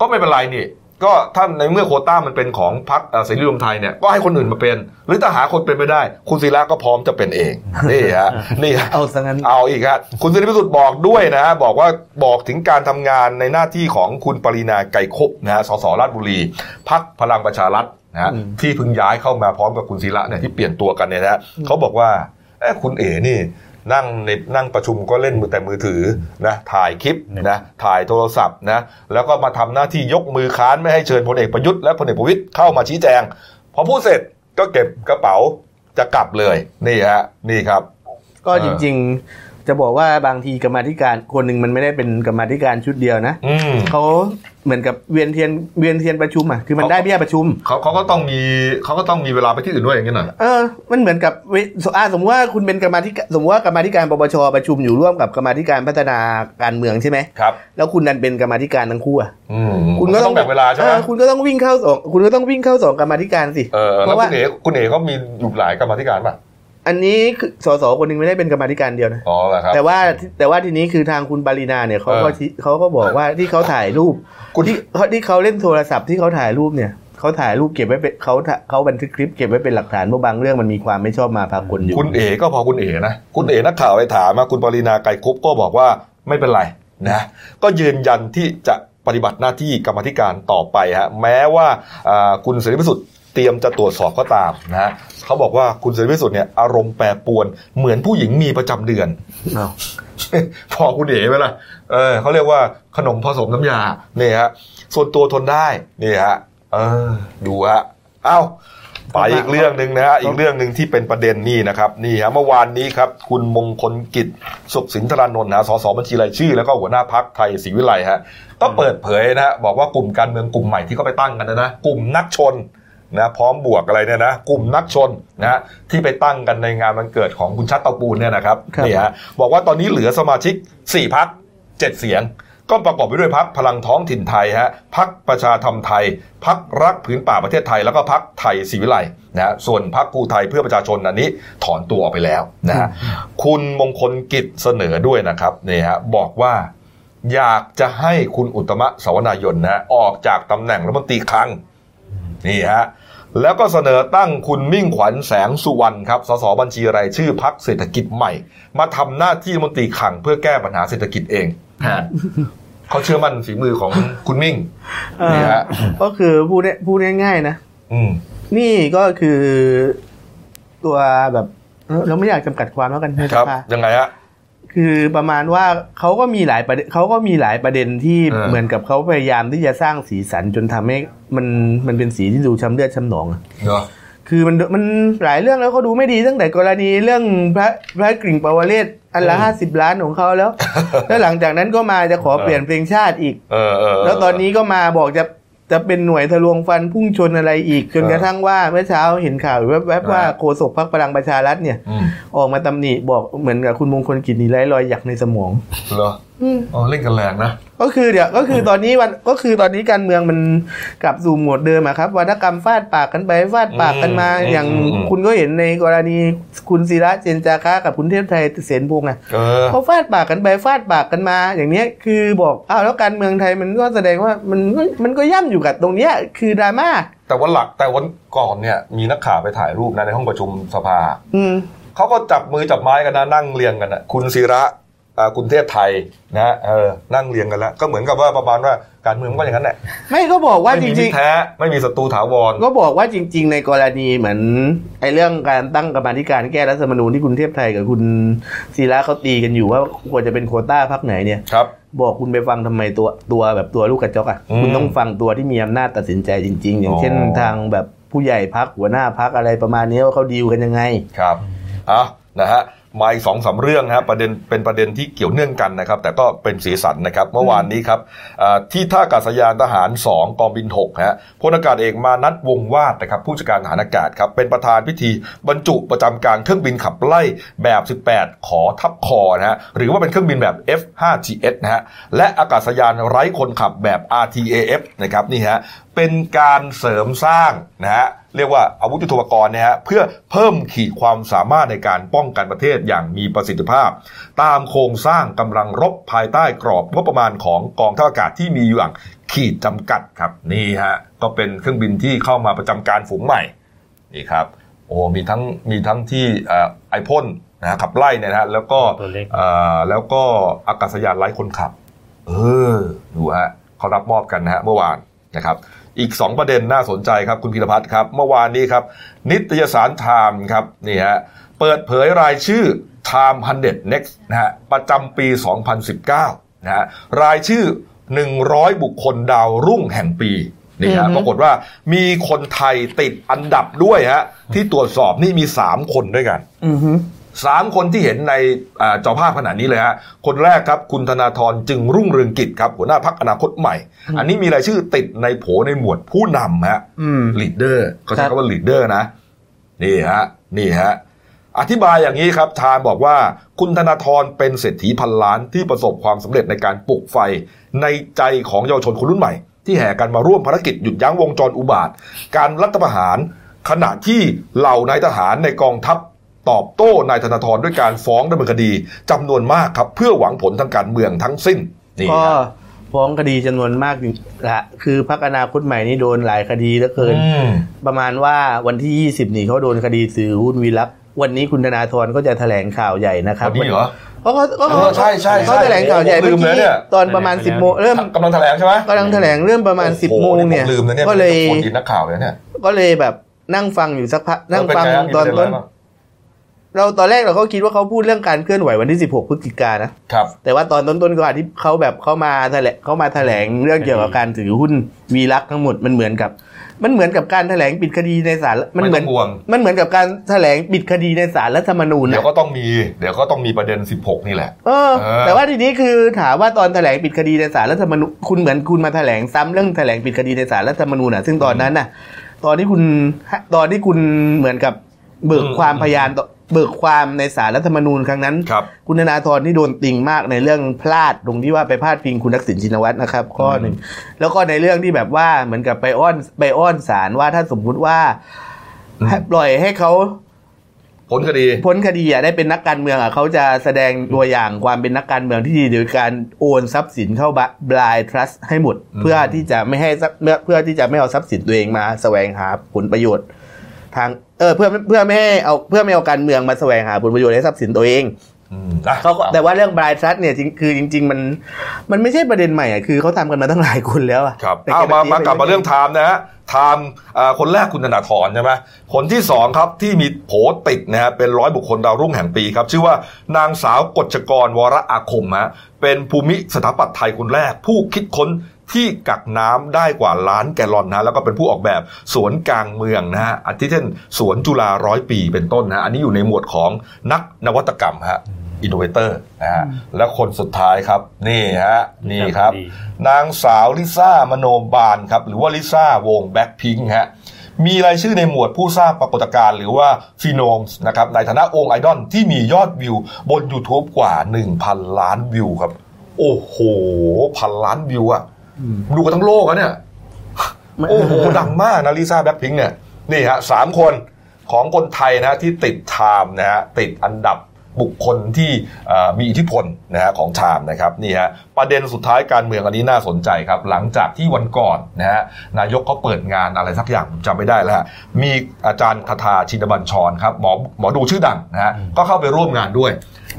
ก็ไม่เป็นไรนี่ ก็ถ้าในเมื่อโควต้ามันเป็นของพรรคเอ่อเสรีรวมไทยเนี่ยก็ให้คนอื่นมาเป็น หรือถ้าหาคนเป็นไม่ได้ คุณศิระก็พร้อมจะเป็นเองนี่ฮะนี่ฮะ เอาซะงั้น เอาอีกฮะคุณสิริพิสุทธิ์บอกด้วยนะฮะบอกว่าบอกถึงการทำงานในหน้าที่ของคุณปรินาไกรคบนะฮะสสราชบุรีพักพลังประชารัฐนะฮะ อืม ที่เพิ่งย้ายเข้ามาพร้อมกับคุณศิระเนี่ยที่เปลี่ยนตัวกันเนี่ยนะฮะเขาบอกว่าเอ๊ะคุณเอ๋นี่ นั่งในนั่งประชุมก็เล่นมือแต่มือถือนะถ่ายคลิปนะถ่ายโทรศัพท์นะแล้วก็มาทำหน้าที่ยกมือค้านไม่ให้เชิญพลเอกประยุทธ์และพลเอกประวิตยเข้ามาชี้แจงพอพูดเสร็จก็เก็บกระเป๋าจะกลับเลยนี่ฮะนี่ครับ ก็ เออ จริงๆ จะบอกว่าบางทีกรรมาธิการคนหนึ่งมันไม่ได้เป็นกรรมาธิการชุดเดียวนะ อืม เขาเหมือนกับเวียนเทียนเวียนเทียนประชุมอ่ะคือมันได้เบี้ยประชุม เขาเขาก็ต้องมีเขาก็ต้องมีเวลาไปที่อื่นด้วยอย่างเงี้ยหน่อย เออ มันเหมือนกับเวสอ่าสมมติว่าคุณเป็นกรรมาธิการสมมติว่ากรรมาธิการปปชประชุมอยู่ร่วมกับกรรมาธิการพัฒนาการเมืองใช่ไหม ครับ แล้วคุณนันเป็นกรรมาธิการทั้งคู่อ่ะ อืม คุณ ก็ต้องแบ่งเวลาใช่ไหม ออคุณก็ต้องวิ่งเข้าสองคุณก็ต้องวิ่งเข้าสองกรรมาธิการสิ เออ เพ แล้ว ราะว่า คุณเอ๋คุณเอ๋เขามีอยู่หลายกรรมาธิการป่ะ อันนี้คือสสคนหนึ่งไม่ได้เป็นกรรมาธิการเดียวนะ อ๋อเหรอครับ แต่ว่าแต่ว่าทีนี้คือทางคุณปารินาเนี่ยเขาก็ เออ ชี้เขาก็บอกว่าที่เขาถ่ายรูป คุณ ที่เขาที่เขาเล่นโทรศัพท์ที่เขาถ่ายรูปเนี่ยเขาถ่ายรูปเก็บไว้เป็นเขาเขาบันทึกคลิปเก็บไว้เป็นหลักฐานเพราะบางเรื่องมันมีความไม่ชอบมาพากลอยู่ คุณเอ๋ก็พอคุณเอ๋นะคุณเอ๋นักข่าวไปถามมาคุณปรินาไกรคุปก็บอกว่าไม่เป็นไรนะก็ยืนยันที่จะปฏิบัติหน้าที่กรรมาธิการต่อไปฮะแม้ว่าอ่าคุณเสรีพิสุทธิ์เตรียมจะตรวจสอบก็ตามนะฮะเขาบอกว่าคุณเสรีพิสุทธิ์เนี่ยอารมณ์แปรปรวนเหมือนผู้หญิงมีประจำเดือน อ้าว พอคุณเอ๋ไหมล่ะเออเขาเรียกว่าขนมผสมน้ำยาเนี่ยฮะส่วนตัวทนได้นี่ฮะเออดูฮะเอ้า ไปอีกเรื่องหนึ่งนะฮะอีกเรื่องหนึ่งที่เป็นประเด็นนี่นะครับนี่ฮะเมื่อวานนี้ครับ คุณมงคลกิจ สุขสินทรานนท์นะฮะสสบัญชีรายชื่อ แล้วก็หัวหน้าพักไทยศรีวิไลฮะก็เปิดเผยนะฮะบอกว่ากลุ่มการเมืองกลุ่มใหม่ที่เขาไปตั้งกันนะนะกลุ่มนักชนนะพร้อมบวกอะไรเนี่ยนะกลุ่มนักชนนะฮะที่ไปตั้งกันในงานวันเกิดของคุณชัดเตาปูนเนี่ยนะครับ ครับ นี่ฮะบอกว่าตอนนี้เหลือสมาชิก4พัก 7 เสียง ก็ประกอบไปด้วยพักพลังท้องถิ่นไทยฮะพักประชาธรรมไทย พักรักผืนป่าประเทศไทย แล้วก็พักไทยศรีวิไลนะฮะส่วนพักครูไทยเพื่อประชาชนอันนี้ถอนตัวออกไปแล้วนะฮะคุณมงคลกิจเสนอด้วยนะครับนี่ฮะบอกว่า อยากจะให้คุณอุตตมะสวนายนนะฮะออกจากตำแหน่งรัฐมนตรีคลัง นี่ฮะ แล้วก็เสนอตั้งคุณมิ่งขวัญแสงสุวรรณครับ สสบัญชีรายชื่อพักเศรษฐกิจใหม่ มาทำหน้าที่รัฐมนตรีขลังเพื่อแก้ปัญหาเศรษฐกิจเองฮะเขาเชื่อมั่นฝีมือของคุณมิ่ง เอ่อ นี่ฮะ ก็คือพูดเนี่ยพูดง่ายๆนะ อืม นี่ก็คือตัวแบบเอ่อเราไม่อยากจำกัดความแล้วกันในส ครับ ภา ยังไงฮะ คือประมาณว่าเขาก็มีหลายประเด็นเขาก็มีหลายประเด็นที่ เออ เหมือนกับเขาพยายามที่จะสร้างสีสันจนทำให้มันมันเป็นสีที่ดูช้ำเลือดช้ำหนองอะ เนาะ คือมันมันหลายเรื่องแล้วก็ดูไม่ดีตั้งแต่กรณีเรื่องพระพระกริ่งปวเรศอันละ อืม ห้าสิบล้านของเขา แล้ว แล้วหลังจากนั้นก็มาจะขอ เออ เปลี่ยนเพลงชาติอีก เออเออ แล้วตอนนี้ก็มาบอกจะจะเป็นหน่วยทะลวงฟันพุ่งชนอะไรอีก จน เออก ระทั่งว่าเมื่อเช้าเห็นข่าวแวบๆว่า เออ โฆษกพรรคพลังประชารัฐเนี่ย อืม ออกมาตำหนิบอกเหมือนกับคุณมงคลกิจนี่ไร้รอยหยักในสมอง เหรออ๋อเล่นกันแรงนะ ก็คือเดี๋ยวก็คือตอนนี้วันก็คือตอนนี้การเมืองมันกลับสู่โหมดเดิมอะครับวัฒกรรมฟาดปากกันไปฟาดปากกันมา อืม อย่าง อืมอืม คุณก็เห็นในกรณีคุณศิระเจนจาคะกับคุณเทพไทยเสนพงษ์อะ เออ เขาฟาดปากกันไปฟาดปากกันมา อย่างเนี้ยคือบอกอ้าวแล้วการเมืองไทยมันก็แสดงว่ามันมันก็ย่ำอยู่กับตรงเนี้ยคือดราม่า แต่วันหลักแต่วันก่อนเนี่ย มีนักข่าวไปถ่ายรูปนะในห้องประชุมสภา อืม เขาก็จับมือจับไม้กันนะนั่งเรียงกันนะคุณศิระอ่าคุณเทพไทยนะฮะเออนั่งเรียงกันแล้ว ก็เหมือนกับว่าประมาณว่าการเมืองมันก็อย่างนั้นแหละ ไม่ก็บอกว่า ไม่ จ มีมิ ริ ต ง รแท้ไม่มีศัตรูถาวร ๆ ก็บอกว่าจริง ๆ ในกรณีเหมือนไอ้เรื่องการตั้งกรรมาธิการแก้รัฐธรรมนูญที่คุณเทพไทยกับคุณศิระเขาตีกันอยู่ว่าควรจะเป็นโควต้าพรรคไหนเนี่ย ครับ บอกคุณไปฟังทำไมตัวตัวแบบตัวลูกกระจอกอ่ะ อืม คุณต้องฟังตัวที่มีอำนาจตัดสินใจจริง ๆ อย่างเช่น อ๋อ ทางแบบผู้ใหญ่พักหัวหน้าพักอะไรประมาณนี้ว่าเขาดีลกันยังไง ครับอ่ะนะฮะมาอีกสองสามเรื่องฮะประเด็นเป็นประเด็นที่เกี่ยวเนื่องกันนะครับ แต่ก็เป็นสีสันนะครับ เมื่อวานนี้ครับอ่าที่ท่ากาศยานทหาร 2 กองบิน6ฮะพลอากาศเอกมานัทวงศ์วาดนะครับ ผู้จัดการฐานอากาศครับ เป็นประธานพิธีบรรจุประจำการเครื่องบินขับไล่แบบ 18 ขอทับคอนะฮะหรือว่าเป็นเครื่องบินแบบ F5GS นะฮะและอากาศยานไร้คนขับแบบ RTAF นะครับนี่ฮะเป็นการเสริมสร้างนะฮะ เรียกว่าอาวุธยุทโธปกรณ์นะฮะเพื่อเพิ่มขีดความสามารถในการป้องกันประเทศอย่างมีประสิทธิภาพ ตามโครงสร้างกำลังรบภายใต้กรอบงบประมาณของกองทัพอากาศที่มีอยู่อย่างขีดจำกัดครับนี่ฮะก็เป็นเครื่องบินที่เข้ามาประจำการฝูงใหม่นี่ครับโอ้มีทั้งมีทั้งที่เอ่อไอพ่นนะฮะขับไล่เนี่ยนะฮะแล้วก็ ตัวเล็ก เอ่อแล้วก็อากาศยานไร้คนขับ เออดูฮะเขารับมอบกันนะฮะเมื่อวานนะครับ อีก 2 ประเด็นน่าสนใจครับ คุณพิรพัฒน์ครับ เมื่อวานนี้ครับ นิตยสารไทม์ครับนี่ฮะเปิดเผยรายชื่อ Time 100 Next นะฮะประจำปี 2019 นะฮะรายชื่อ 100 บุคคลดาวรุ่งแห่งปีนี่ฮะ อือฮึ ปรากฏว่ามีคนไทยติดอันดับด้วยฮะที่ตรวจสอบนี่มี 3 คนด้วยกัน อือฮึ สามคนที่เห็นในอ่าจอภาพขนาดนี้เลยฮะ คนแรกครับ คุณธนาธรจึงรุ่งเรืองกิจครับ หัวหน้าพักอนาคตใหม่ อันนี้มีรายชื่อติดในโผในหมวดผู้นำฮะ อืม ลีดเดอร์เขาใช้ ครับ คำว่าลีดเดอร์นะ นี่ฮะ นี่ฮะ อธิบายอย่างนี้ครับ ทานบอกว่าคุณธนาธรเป็นเศรษฐีพันล้านที่ประสบความสำเร็จในการปลุกไฟ ในใจของเยาวชนคนรุ่นใหม่ ที่แห่กันมาร่วมภารกิจหยุดยั้งวงจรอุบาท การรัฐประหาร ขณะที่เหล่านายทหารในกองทัพตอบโต้นายธนาธรด้วยการฟ้องดำเนินคดีจำนวนมากครับ เพื่อหวังผลทางการเมืองทั้งสิ้นนี่ ก็ ฮะ ฟ้องคดีจำนวนมากอยู่ละคือพักอนาคตใหม่นี่โดนหลายคดีเหลือเกิน อืม ประมาณว่าวันที่ 20 นี่เขาโดนคดีสื่อหุ้นวีลักษณ์วันนี้คุณธนาธรก็จะแถลงข่าวใหญ่นะครับ วันนี้เหรอ เขาก็ เออใช่ใช่ใช่ เขาแถลงข่าวใหญ่ ลืมเลเมื่อย กี้ เนี่ย ตอนประมาณ 10โมงเริ่ม กำลังแถลงใช่ไหม กำลังแถลงเริ่มประมาณ โอ้ 10 โห โมงเนี่ย ผมลืมนะเนี่ย ก็เลย คนยินนักข่าวเลยเนี่ย ก็เลยแบบนั่งฟังอยู่สักพักนั่งฟังตอนต้น เราตอนแรกเราก็คิดว่าเขาพูดเรื่องการเคลื่อนไหววันที่ 16 พฤศจิกายนนะครับ แต่ว่าตอนต้นๆก็อธิเขาแบบเขามาแถลงเขามาแถลงเรื่องเกี่ยวกับการถือหุ้นวีลักษ์ทั้งหมดมันเหมือนกับ มันเหมือนกับการแถลงปิดคดีในศาลมันเหมือน ไม่ต้องห่วง มันเหมือนกับการแถลงปิดคดีในศาลรัฐธรรมนูญ เดี๋ย นะ วก็ต้องมี เดี๋ยวก็ต้องมีประเด็น 16 นี่แหละ เออ เออ แต่ว่าทีนี้คือถามว่าตอนแถลงปิดคดีในศาลรัฐธรรมนูญคุณเหมือนคุณมาแถลงซ้ำเรื่องแถลงปิดคดีในศาลรัฐธรรมนูญอ่ะ ซึ่งตอนนั้นน่ะ ตอนที่คุณตอนที่คุณเหมือนกับเบิกความพยานต่อ เบิกความในสารรัฐธรรมนูญครั้งนั้น ครับ คุณธนาธรที่โดนติงมากในเรื่องพลาดตรงที่ว่าไปพาดพิงคุณทักษิณชินวัตรนะครับ ข้อหนึ่งแล้วก็ในเรื่องที่แบบว่าเหมือนกับไปอ้อนไปอ้อนศาลว่าถ้าสมมุติว่า อืม ให้ปล่อยให้เขา ผลคดี พ้นคดีอะได้เป็นนักการเมืองอะเขาจะแสดงตัวอย่างความเป็นนักการเมืองที่ดีโดยการโอนทรัพย์สินเข้าบลายทรัสให้หมด เพื่อที่จะไม่ให้ทรัพย์เพื่อที่จะไม่เอาทรัพย์สินตัวเองมาแสวงหาผลประโยชน์ ทางเออเพื่อเพื่อไม่ให้เอาเพื่อไม่เอาการเมืองมาแสวงหาผลประโยชน์ในทรัพย์สินตัวเอง อืมอ่ะ เขาก็แต่ว่าเรื่องบรายทรัสเนี่ยจริงคือจริง ๆ มันมันไม่ใช่ประเด็นใหม่อ่ะคือเขาทำกันมาตั้งหลายคนแล้วอ่ะ ครับ แต่ เอา แ มามากลับมาเรื่องไทม์นะฮะไทม์อ่าคนแรกคุณธนาธรใช่ไหมคนที่สองครับที่มีโผติดนะฮะเป็นร้อยบุคคลดาวรุ่งแห่งปีครับ ชื่อว่านางสาวกฎชกรวรอาคมฮะเป็นภูมิสถาปัตย์ไทยคนแรก ผู้คิดค้นที่กักน้ำได้กว่าล้านแกลลอนนะฮะแล้วก็เป็นผู้ออกแบบสวนกลางเมืองนะฮะอาทิเช่นสวนจุฬาร้อยปีเป็นต้นนะฮะอันนี้อยู่ในหมวดของนักนวัตกรรมฮะอินโนเวเตอร์นะฮะและคนสุดท้ายครับนี่ฮะนี่ครับ ดี นางสาวลิซ่ามโนบาลครับ หรือว่าลิซ่าวงแบ็คพิงค์ฮะมีรายชื่อในหมวดผู้สร้างปรากฏการณ์หรือว่าฟีโนมส์นะครับในฐานะองค์ไอดอลที่มียอดวิวบน YouTube กว่า 1,000 ล้านวิวครับ โอ้โห พันล้านวิวอะดูกันทั้งโลกอะเนี่ย โอ้โห ดังมากนะลิซ่าแบ็คพิงค์เนี่ย นี่ฮะสามคนของคนไทยนะที่ติดไทม์นะฮะติดอันดับบุคคลที่เอ่อมีอิทธิพลนะฮะของไทม์นะครับนี่ฮะประเด็นสุดท้ายการเมืองอันนี้น่าสนใจครับ หลังจากที่วันก่อนนะฮะนายกเขาเปิดงานอะไรสักอย่างผมจำไม่ได้แล้วฮะมีอาจารย์คาทาชินบัญชรครับหมอหมอดูชื่อดังนะฮะก็เข้าไปร่วมงานด้วย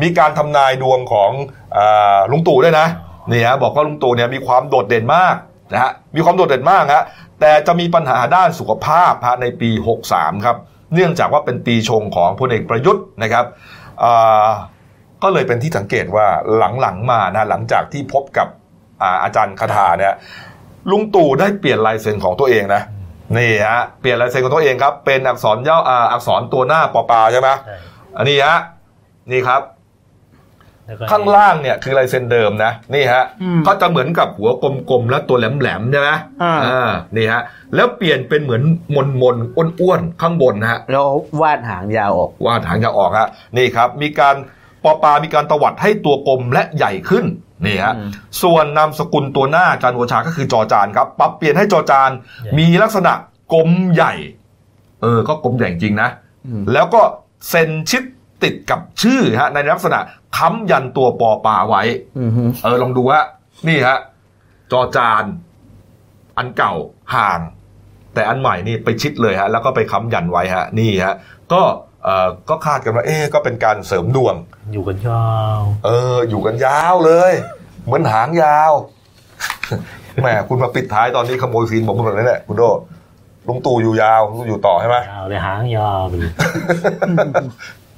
มีการทำนายดวงของเออลุงตู่ด้วยนะนี่ฮะบอกว่าลุงตู่เนี่ยมีความโดดเด่นมากนะฮะมีความโดดเด่นมากฮะแต่จะมีปัญหาด้านสุขภาพฮะในปี 63 ครับ เนื่องจากว่าเป็นปีชงของพลเอกประยุทธ์นะครับอ่าก็เลยเป็นที่สังเกตว่าหลังๆมานะหลังจากที่พบกับอาอาจารย์คาถาเนี่ยลุงตู่ได้เปลี่ยนลายเซ็นของตัวเองนะนี่ฮะเปลี่ยนลายเซ็นของตัวเองครับเป็นอักษรย่ออ่าอักษรตัวหน้าปอปาใช่ไหม ใช่ อันนี้ฮะนี่ครับ แล้วก็ ข้างล่างเนี่ยคือลายเซ็นเดิมนะนี่ฮะก็จะเหมือนกับหัวกลมๆและตัวแหลมๆใช่ไหม อ่า อ่านี่ฮะแล้วเปลี่ยนเป็นเหมือนมนมนๆอ้วนๆข้างบนนะฮะ แล้ววาดหางยาวออก ว่าทางจะออกฮะนี่ครับมีการปอปามีการตวัดให้ตัวกลมและใหญ่ขึ้นนี่ฮะ อืม ส่วนนามสกุลตัวหน้าอาจารย์โอชาก็คือจอจานครับปรับเปลี่ยนให้จอจาน หญ่ มีลักษณะกลมใหญ่ เออก็กลมใหญ่จริงนะ อืม แล้วก็เซ็นชิดติดกับชื่อฮะในลักษณะค้ำยันตัวปอปาไว้ อือฮึ เออลองดูฮะนี่ฮะจอจานอันเก่าห่าง แต่อันใหม่นี่ไปชิดเลยฮะแล้วก็ไปค้ำยันไว้ฮะนี่ฮะก็เออก็คาดกันว่าเอ๊ะก็เป็นการเสริมดวง อยู่กันยาว เออ อยู่กันยาวเลย เหมือนหางยาว แหมคุณมาปิดท้ายตอนนี้ขโมยซีนผมหมดเลยเนี่ยคุณโดลุงตู่อยู่ยาวลุงตู่อยู่ต่อใช่ไห ม ยาวเลยหางยาวเลย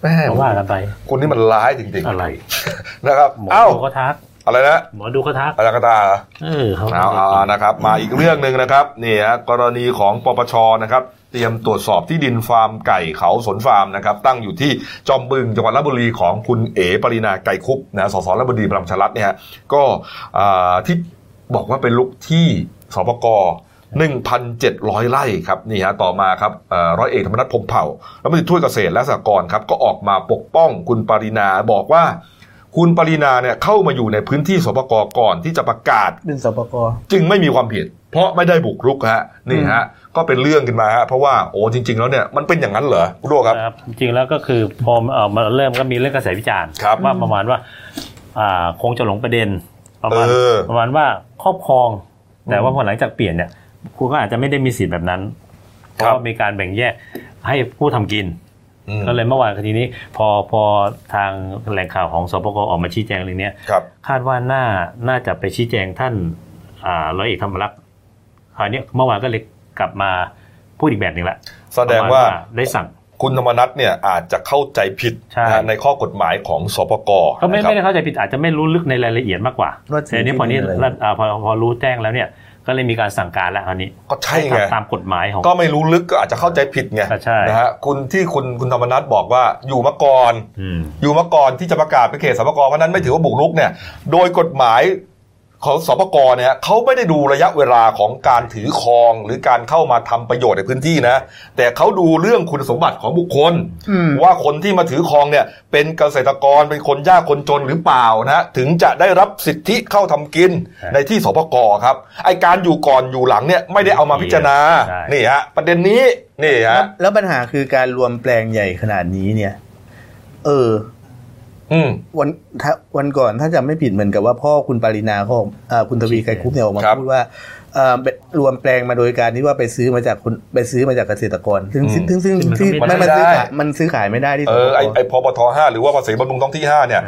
แม่ เขาว่ากันไป คุณนี่มันร้ายจริง อะไร ๆนะครับ หมอ เอ้า ดูก็ทัก อะไรนะ หมอดูก็ทัก อะไรก็ตาม เออเขา เอาเอาเอานะครับ มาอีกเรื่องหนึ่งนะครับนี่ฮะกรณีของปปชนะครับ เตรียมตรวจสอบที่ดินฟาร์มไก่เขาสนฟาร์มนะครับ ตั้งอยู่ที่จอมบึงจังหวัดราชบุรีของคุณเอ๋ปรินาไก่คุบนะสสราชบุรีพลังประชารัฐเนี่ยฮะก็อ่าที่บอกว่าเป็นลุกที่สปก1,700 ไร่ครับนี่ฮะต่อมาครับเอ่อร้อยเอกธรรมนัฐพรหมเผ่ารัฐมนตรีช่วยเกษตรและสหกรณ์ครับก็ออกมาปกป้องคุณปรินาบอกว่า คุณปรินาเนี่ยเข้ามาอยู่ในพื้นที่สปกก่อนที่จะประกาศ เป็นสปก จึงไม่มีความผิด เพราะไม่ได้บุกรุกฮะนี่ฮะ ก็เป็นเรื่องกันมาฮะเพราะว่าโอ้จริง ๆ แล้วเนี่ยมันเป็นอย่างนั้นเหรอคุณโดครับ นะครับจริงๆแล้วก็คือพอเอ่อมาเริ่มก็มีเรื่องกระแสวิจารณ์ ครับ ว่าประมาณว่า อ่าคงจะหลงประเด็น ประมาณ เออ ประมาณว่าครอบครอง แต่ว่าพอหลังจากเปลี่ยนเนี่ยคุณก็อาจจะไม่ได้มีสิทธิ์แบบนั้น เพราะว่ามีการแบ่งแยกให้ผู้ทำกิน อืม ก็เลยเมื่อวานคดีนี้ พอพอทางแหล่งข่าวของสปกออกมาชี้แจงเรื่องเนี้ย ครับ คาดว่าน่าน่าจะไปชี้แจงท่านอ่าร้อยเอกธรรมรักษ์คราวเนี้ยเมื่อวานก็เลยกลับมาพูดอีกแบบหนึ่งละ แสดงว่า ประมณได้สั่ง คุณธรรมนัทเนี่ยอาจจะเข้าใจผิด ใช่ นะฮะในข้อกฎหมายของสปก ก็ไม่ นะครับ ไม่ได้เข้าใจผิดอาจจะไม่รู้ลึกในรายละเอียดมากกว่า ว่าสิ่ แต่ งที่ อันนี้พอนี้ เป็นอะไร รัฐอ่าพอพอรู้แจ้งแล้วเนี่ย ก็เลยมีการสั่งการแล้วคราวนี้ ก็ใช่ไง ทำตามกฎหมายของ ก็ไม่รู้ลึกก็อาจจะเข้าใจผิดไง ใช่ นะฮะคุณที่คุณคุณธรรมนัทบอกว่าอยู่มาก่อน อืม อยู่มาก่อนที่จะประกาศเป็นเขตสปกเพราะฉะนั้นไม่ถือว่าบุกรุกเนี่ย โดยกฎหมาย ของสปกรเนี่ยเขาไม่ได้ดูระยะเวลาของการถือครอง หรือการเข้ามาทำประโยชน์ในพื้นที่นะ แต่เขาดูเรื่องคุณสมบัติของบุคคล อืม ว่าคนที่มาถือครองเนี่ย เป็นเกษตรกรเป็นคนยากคนจนหรือเปล่านะฮะถึงจะได้รับสิทธิเข้าทำกิน ครับ ในที่สปกครับไอการอยู่ก่อนอยู่หลังเนี่ยไม่ได้เอามาพิจารณานี่ฮะประเด็นนี้นี่ฮะ แล้วปัญหาคือการรวมแปลงใหญ่ขนาดนี้เนี่ย เออ อืม วันถ้าวันก่อนถ้าจำไม่ผิดเหมือนกับว่าพ่อคุณปรินาเขาออกเอ่อคุณทวีไกรคุปเนี่ยออกมา ครับ พูดว่าเอ่อเป็นรวมแปลงมาโดยการที่ว่าไปซื้อมาจากคนไปซื้อมาจากเกษตรกร ซึ่งซึ่งซึ่งซึ่ง ซึ่งมัน มัน ไม่ มัน ได้ ซื้อขายมันซื้อขายไม่ได้ที่ เอ สป อไอ ป ไอพบทห้าหรือว่าภาษีบำรุงท้องที่ห้าเนี่ย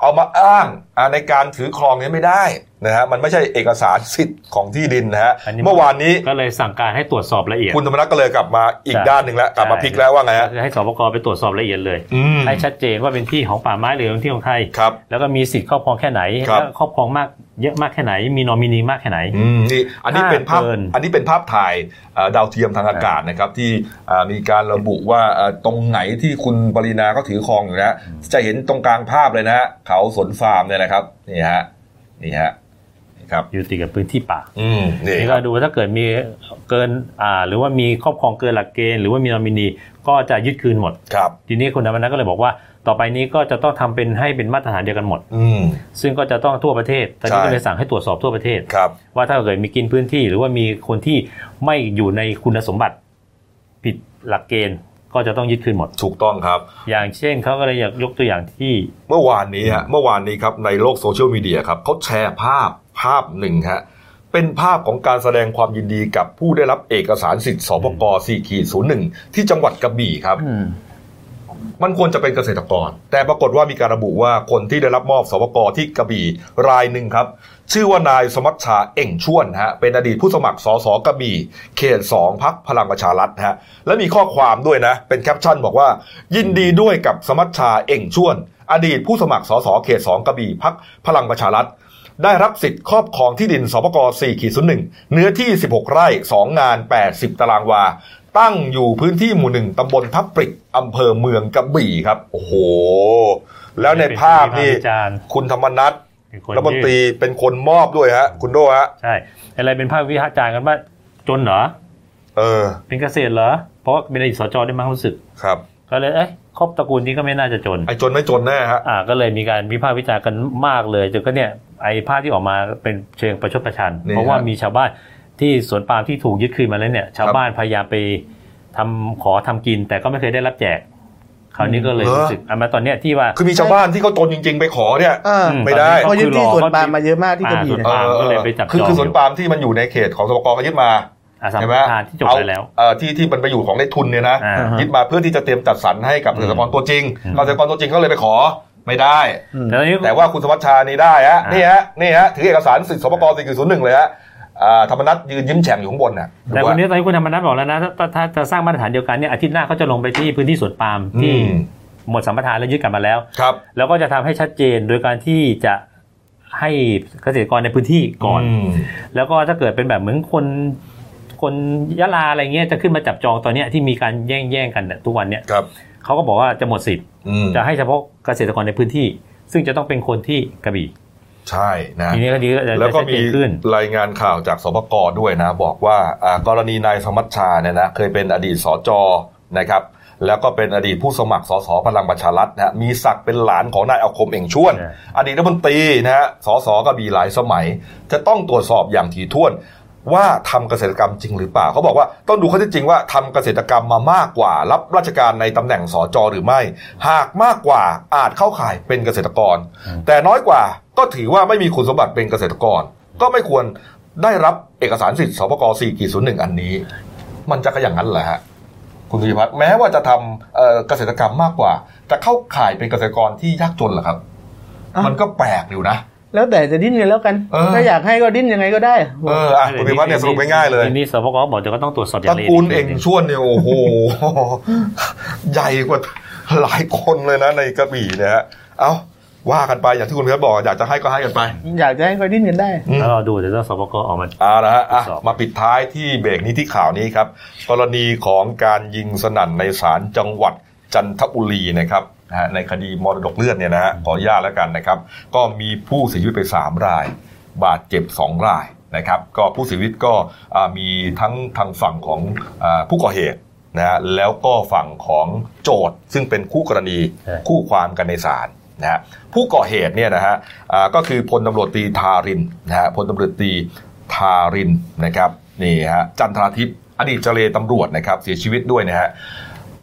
เอามาอ้างอ่าในการถือครองเนี้ไม่ได้นะฮะมันไม่ใช่เอกสารสิทธิ์ของที่ดินนะฮะ อันนี้ เมื่อวานนี้ ก็เลยสั่งการให้ตรวจสอบละเอียด คุณธรรมนัฐก็เลยกลับมาอีก ใช่ ด้านหนึ่งแล้วกลับมาพลิกแล้วว่าไงฮะ คือให้สปกไปตรวจสอบละเอียดเลย อืม ให้ชัดเจนว่าเป็นที่ของป่าไม้หรือเป็นที่ของใคร ครับ แล้วก็มีสิทธิ์ครอบครองแค่ไหน ครับ แล้วครอบครองมากเยอะมากแค่ไหน มีนอมินีมากแค่ไหน อืมนี่อันนี้ ภาพ เป็นภาพ เกิน อันนี้เป็นภาพถ่ายเอ่อดาวเทียมทางอากาศนะครับที่เอ่อมีการระบุว่าเอ่อตรงไหนที่คุณปรินาก็ถือครองอยู่นะจะเห็นตรงกลางภาพเลยนะฮะเขาสนฟาร์มเนี่ยนะครับนี่ฮะนี่ฮะนี่ครับ อยู่ติดกับพื้นที่ป่า อืมนี่คนี่ก็ รับ ดูถ้าเกิดมีเกินอ่าหรือว่ามีครอบครองเกินหลักเกณฑ์หรือว่ามีนอมินีก็จะยึดคืนหมด ครับ ทีนี้คุณธรรมนัฐก็เลยบอกว่า ต่อไปนี้ก็จะต้องทำเป็นให้เป็นมาตรฐานเดียวกันหมด อืม ซึ่งก็จะต้องทั่วประเทศตอนนี้ ใช่ ก็เลยสั่งให้ตรวจสอบทั่วประเทศ ครับ ว่าถ้าเกิดมีกินพื้นที่ หรือว่ามีคนที่ไม่อยู่ในคุณสมบัติ ผิดหลักเกณฑ์ก็จะต้องยึดคืนหมด ถูกต้องครับ อย่างเช่นเขาก็เลยอยากยกตัวอย่างที่ เมื่อวานนี้ฮะเมื่อวานนี้ครับในโลกโซเชียลมีเดียครับเขาแชร์ภาพภาพหนึ่งฮะเป็นภาพของการแสดงความยินดีกับผู้ได้รับเอกสารสิทธิ์สปก4ขีด01 ที่จังหวัดกระบี่ครับ อืม มันควรจะเป็นเกษตรกร แต่ปรากฏว่ามีการระบุว่าคนที่ได้รับมอบสวกที่กระบี่รายหนึ่งครับ ชื่อว่านายสมัชชาเอ่งชวนฮะเป็นอดีตผู้สมัครสสกระบี่เขตสองพักพลังประชารัฐฮะและมีข้อความด้วยนะ เป็นแคปชั่นบอกว่า ยินดีด้วยกับสมัชชาเอ่งชวน อดีตผู้สมัครสสเขตสองกระบี่พักพลังประชารัฐ ได้รับสิทธิ์ครอบครองที่ดินสปก4ขีด01 เนื้อที่ 16 ไร่ 2 งาน 80 ตารางวา ตั้งอยู่พื้นที่หมู่หนึ่งตำบลทับปริกอำเภอเมืองกระบี่ครับ โอ้โห แล้วในภาพนี่ เป็นที่วิพากษ์วิจารณ์ คุณธรรมนัท เป็นคน รัฐมนตรีเป็นคนมอบด้วยฮะ คุณโดฮะ ใช่ อะไรเป็นภาพวิพากษ์วิจารณ์กันว่าจนเหรอ เออ เป็นเกษตรเหรอ เพราะว่าเป็นอดีตสจด้วยมั้งรู้สึก ครับ ก็เลยเอ้ยครอบตระกูลนี้ก็ไม่น่าจะจน ไอ้จนไม่จนแน่ฮะ อ่าก็เลยมีการวิพากษ์วิจารณ์กันมากเลยจนก็เนี่ยไอ้ภาพที่ออกมาเป็นเชิงประชดประชัน นี่ เพราะว่า ฮะ มีชาวบ้านที่สวนปาล์มที่ถูกยึดคืนมาแล้วเนี่ย ชาวบ้านพยายามไปทำขอทำกิน แต่ก็ไม่เคยได้รับแจก คราวนี้ก็เลย เหรอ รู้สึกอ่ะมาตอนเนี้ยที่ว่า คือมีชาวบ้านที่เขาจนจริง ๆ ไปขอเนี่ย อ่า อื ไม่ได้ ต เขา อน ยึ นี้ ดที่ก็คือ สวน รอ ปาล์มมาเยอะมากที่กระ อ่าส บี่ วน นะ ปาล์มก็เลยไปจับจ คือ อง คือ อ สวน ยู่ ปาล์มที่มันอยู่ในเขตของสปกก็ยึดมา อาสาม ใช่ไหม ทานที่จบไปแล้ว เอาเอ่อที่ที่มันไปอยู่ของในทุนเนี่ยนะ อ่า ยึดมาเพื่อที่จะเตรียมจัดสรรให้กับเกษตรกรตัวจริง อืม เกษตรกรตัวจริงก็เลยไปขอไม่ได้ อืม แต่ตอนนี้ แต่ว่าคุณสมัชชานี่ได้ฮะ อ่านี่ นี่ฮะนี่ฮะถือเอกสารสิทธิสปกสี่ศูนย์หนึ่งเลยฮะอ่าธรรมนัฐยืนยิ้มแฉ่งอยู่ข้างบนน่ะ แต่วันนี้ตอนนี้คุณธรรมนัฐบอกแล้วนะถ้าถ้าจะสร้างมาตรฐานเดียวกันเนี่ยอาทิตย์หน้าเขาจะลงไปที่พื้นที่สวนปาล์ม อื ที่ ม หมดสัมปทานแล้วยึดกลับมาแล้ว ครับ แล้วก็จะทำให้ชัดเจนโดยการที่จะให้เกษตรกรในพื้นที่ก่อน ม แล้วก็ถ้าเกิดเป็นแบบเหมือนคนคนยะลาอะไรเงี้ยจะขึ้นมาจับจองตอนเนี้ยที่มีการแย่งแย่งกันเนี่ยทุกวันเนี่ย ครับ เขาก็บอกว่าจะหมดสิทธิ์ อืม จะให้เฉพาะเกษตรกรในพื้นที่ ซึ่งจะต้องเป็นคนที่กระบี่ ใช่นะ ทีนี้ก็ดีก็จะ แล้วก็ ชัดเจ มี นขึ้น รายงานข่าวจากสปกด้วยนะ บอกว่าอ่ากรณีนายสมัชชาเนี่ยนะเคยเป็นอดีตสจนะครับ แล้วก็เป็นอดีตผู้สมัครสสพลังประชารัฐนะฮะมีศักดิ์เป็นหลานของนายอาคมเอ่งชวน ใช่ อดีตรัฐมนตรีนะฮะสสก็มีหลายสมัย จะต้องตรวจสอบอย่างถี่ถ้วน ว่าทำเกษตรกรรมจริงหรือเปล่าเขาบอกว่าต้องดูข้อเท็จจริงว่าทำเกษตรกรรมมามากกว่า รับราชการในตำแหน่งสจหรือไม่ หากมากกว่าอาจเข้าข่ายเป็นเกษตรกร แต่น้อยกว่าก็ถือว่าไม่มีคุณสมบัติเป็นเกษตรกร ก็ไม่ควรได้รับเอกสารสิทธิ์สปก4กีศูนย์หนึ่งอันนี้ มันจะก็อย่างนั้นแหละฮะคุณสุริพัฒน์แม้ว่าจะทำเอ่อเกษตรกรรมมากกว่า แต่เข้าข่ายเป็นเกษตรกรที่ยากจนเหรอครับ มันก็แปลกอยู่นะ แล้วแต่จะดิ้นกันแล้วกัน เออ ถ้าอยากให้ก็ดิ้นยังไงก็ได้ เอออ่ะคุณสุริพัฒน์เนี่ยสรุปง่ายๆเลย ทีนี้สปกบอกเดี๋ยวก็ต้องตรวจสอบอ ต ย่า ระ งละเอียด กูลเองชวนเนี่ยโอ้โห ใหญ่กว่าหลายคนเลยนะในกระบี่เนี่ยฮะเอ้าว่ากันไปอย่างที่คุณเพชรบอกอยากจะให้ก็ให้กันไป อยากจะให้ก็ดิ้นกันได้ อืม แล้วเราดูเดี๋ยวต้องสปกออกมา เอาละฮะอ่ะ สอบ มาปิดท้ายที่เบรกนี้ที่ข่าวนี้ครับ กรณีของการยิงสนั่นในศาลจังหวัดจันทบุรีนะครับนะฮะในคดีมรดกเลือดเนี่ยนะฮะขออนุญาตแล้วกันนะครับ ก็มีผู้เสียชีวิตไปสามราย บาดเจ็บ 2 รายนะครับก็ผู้เสียชีวิตก็อ่ามีทั้งทางฝั่งของอาผู้ก่อเหตุนะฮะแล้วก็ฝั่งของโจทย์ซึ่งเป็นคู่กรณี ใช่ คู่ความกันในศาลนะฮะผู้ก่อเหตุเนี่ยนะฮะอ่าก็คือพลตำรวจตรีทารินนะฮะพลตำรวจตรีทารินนะครับนี่ฮะจันทราทิพย์อดีตเจเลตำรวจนะครับเสียชีวิตด้วยนะฮะ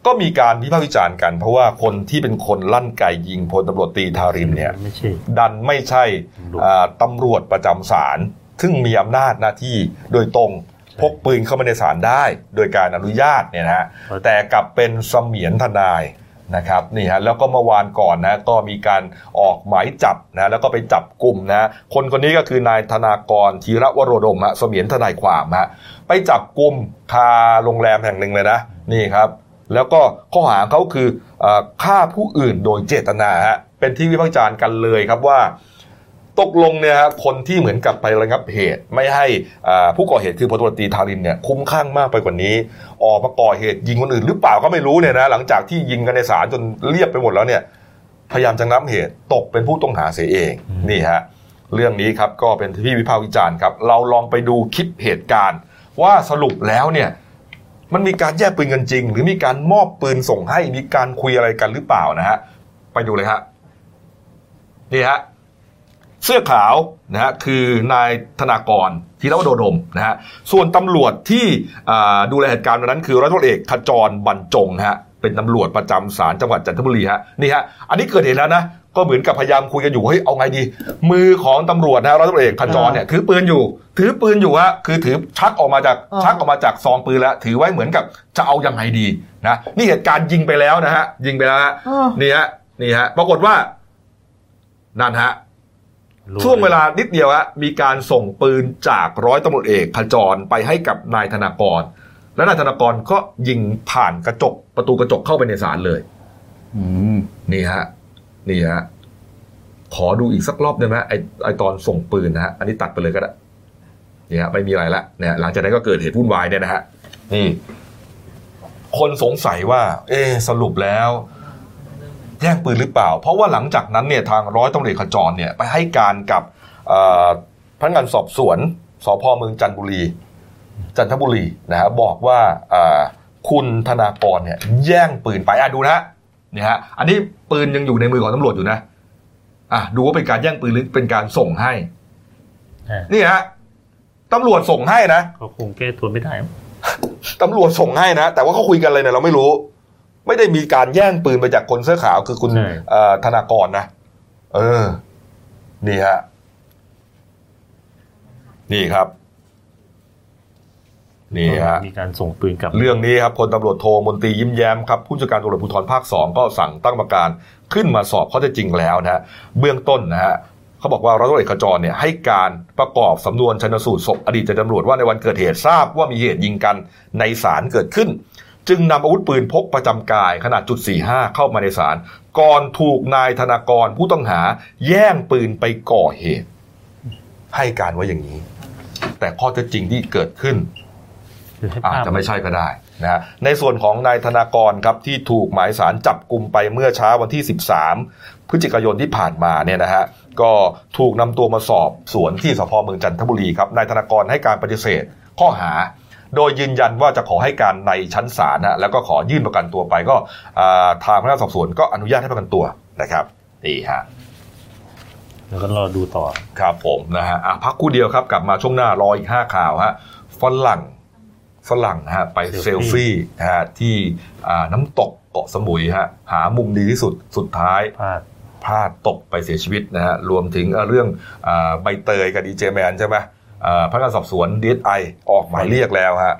ก็มีการวิพากษ์วิจารณ์กัน เพราะว่าคนที่เป็นคนลั่นไกยิงพลตำรวจตรีทารินเนี่ย ไม่ใช่ ดันไม่ใช่ ตำรวจ อ่าตำรวจประจำศาลซึ่งมีอำนาจหน้าที่โดยตรงพกปืนเข้ามาในศาลได้ โดยการอนุญาตเนี่ยนะฮะแต่กลับเป็นเสมียนทนายนะครับนี่ฮะแล้วก็เมื่อวานก่อนนะก็มีการออกหมายจับนะแล้วก็ไปจับกลุ่มนะคนคนนี้ก็คือนายธนากรธีระวโรดมฮะเสมียนทนายความฮะไปจับกลุ่มคาโรงแรมแห่งหนึ่งเลยนะนี่ครับ แล้วก็ข้อหาของเขาคือเอ่อฆ่าผู้อื่นโดยเจตนาฮะเป็นที่วิพากษ์วิจารณ์กันเลยครับว่า ตกลงเนี่ยฮะคนที่เหมือนกับไประงับเหตุ ไม่ให้อ่าผู้ก่อเหตุคือพลตำรวจตรีทารินเนี่ยคุ้มข้างมากไปกว่านี้ ออกมาก่อเหตุยิงคนอื่นหรือเปล่าก็ไม่รู้เนี่ยนะหลังจากที่ยิงกันในศาลจนเรียบไปหมดแล้วเนี่ย พยายามจะงับเหตุตกเป็นผู้ต้องหาเสียเองนี่ฮะเรื่องนี้ครับก็เป็นที่วิพากษ์วิจารณ์ครับ เราลองไปดูคลิปเหตุการณ์ ว่าสรุปแล้วเนี่ย มันมีการแย่งปืนกันจริง หรือมีการมอบปืนส่งให้มีการคุยอะไรกันหรือเปล่านะฮะไปดูเลยฮะนี่ฮะ เสื้อขาวนะฮะคือนายธนากรธีรวดดมนะฮะส่วนตำรวจที่อ่าดูแลเหตุการณ์วันนั้นคือร้อยตำรวจเอกขจรบรรจงนะฮะเป็นตำรวจประจำศาลจังหวัดจันทบุรีฮะนี่ฮะอันนี้เกิดเหตุแล้วนะก็เหมือนกับพยายามคุยกันอยู่เฮ้ยเอาไงดี มือของตำรวจนะฮะร้อยตำรวจเอกขจรเนี่ยถือปืนอยู่ ถือปืนอยู่ฮะคือถือชักออกมาจากชักออกมาจากซองปืนแล้ว ถือไว้เหมือนกับจะเอายังไงดีนะนี่เหตุการณ์ยิงไปแล้วนะฮะยิงไปแล้วฮะ อ้าว นี่ฮะนี่ฮะปรากฏว่านั่นฮะ รู้ ช่วงเวลานิดเดียวฮะมีการส่งปืนจากร้อยตำรวจเอกขจรไปให้กับนายธนากร และนายธนากรก็ยิงผ่านกระจกประตูกระจกเข้าไปในศาลเลย อืม นี่ฮะ นี่ฮะ ขอดูอีกสักรอบได้ไหมไอไอตอนส่งปืนนะฮะ อันนี้ตัดไปเลยก็ได้นี่ฮะไม่มีอะไรละเนี่ยหลังจากนั้นก็เกิดเหตุวุ่นวายเนี่ยนะฮะ นี่ คนสงสัยว่า เอะสรุปแล้ว แย่งปืนหรือเปล่า เพราะว่าหลังจากนั้นเนี่ยทางร้อยตำรวจเอกขจรเนี่ย ไปให้การกับเอ่อพนักงานสอบสวนสพเมืองจันทบุรี จันทบุรีนะฮะบอกว่าเอ่อคุณธนากรเนี่ยแย่งปืนไปอ่ะดูนะฮะ เนี่ยฮะ อันนี้ปืนยังอยู่ในมือของตำรวจอยู่นะ อ่ะดูว่าเป็นการแย่งปืนหรือเป็นการส่งให้ อ่า นี่ฮะตำรวจส่งให้นะ ก็คงแก้ตัวไม่ได้มั้ง ตำรวจส่งให้นะ แต่ว่าเขาคุยกันอะไรเนี่ยเราไม่รู้ ไม่ได้มีการแย่งปืนไปจากคนเสื้อขาวคือคุณเอ่อธนากรนะ เออ นี่ฮะ นี่ครับ นี่ฮะ มีการส่งปืนกลับ เรื่องนี้ครับพลตำรวจโทมนตรียิ้มแย้มครับผู้จัดการตำรวจภูธรภาค 2 ก็สั่งตั้งกรรมการขึ้นมาสอบข้อเท็จจริงแล้วนะฮะเบื้องต้นนะฮะเขาบอกว่าร้อยตำรวจเอกขจรเนี่ยให้การประกอบสำนวนชันสูตรศพอดีตจ่าตำรวจว่าในวันเกิดเหตุทราบว่ามีเหตุยิงกันในศาลเกิดขึ้น จึงนำอาวุธปืนพกประจำกายขนาดจุด45 เข้ามาในศาลก่อนถูกนายธนากรผู้ต้องหาแย่งปืนไปก่อเหตุ ให้การไว้อย่างนี้ แต่ข้อเท็จจริงที่เกิดขึ้น คือให้ อาจ ภาพ จะไม่ใช่ก็ได้นะฮะในส่วนของนายธนากรครับที่ถูกหมายสารจับกลุ่มไปเมื่อเช้าวันที่ 13 พฤศจิกายนที่ผ่านมาเนี่ยนะฮะก็ถูกนำตัวมาสอบสวนที่สพเมืองจันทบุรีครับนายธนากรให้การปฏิเสธข้อหา โดยยืนยันว่าจะขอให้การในชั้นศาลนะแล้วก็ขอยื่นประกันตัวไปก็อ่าทางพนักงานสอบสวนก็อนุญาตให้ประกันตัวนะครับนี่ฮะ แล้วก็รอดูต่อ ครับผมนะฮะอ่ะพักครู่เดียวครับกลับมาช่วงหน้ารออีกห้าข่าวฮะฝรั่งฝรั่งนะฮะไปเซ เซ ล ลฟี่ ฟี่นะฮะที่อ่าน้ำตกเกาะสมุยฮะหามุมดีที่สุดสุดท้าย พลาด พลาดตกไปเสียชีวิตนะฮะรวมถึงเรื่องอาใบเตยกับดีเจแมนใช่ไหมอ่าพนักงานสอบสวนดีไอออกหมายเรียกแล้วฮะ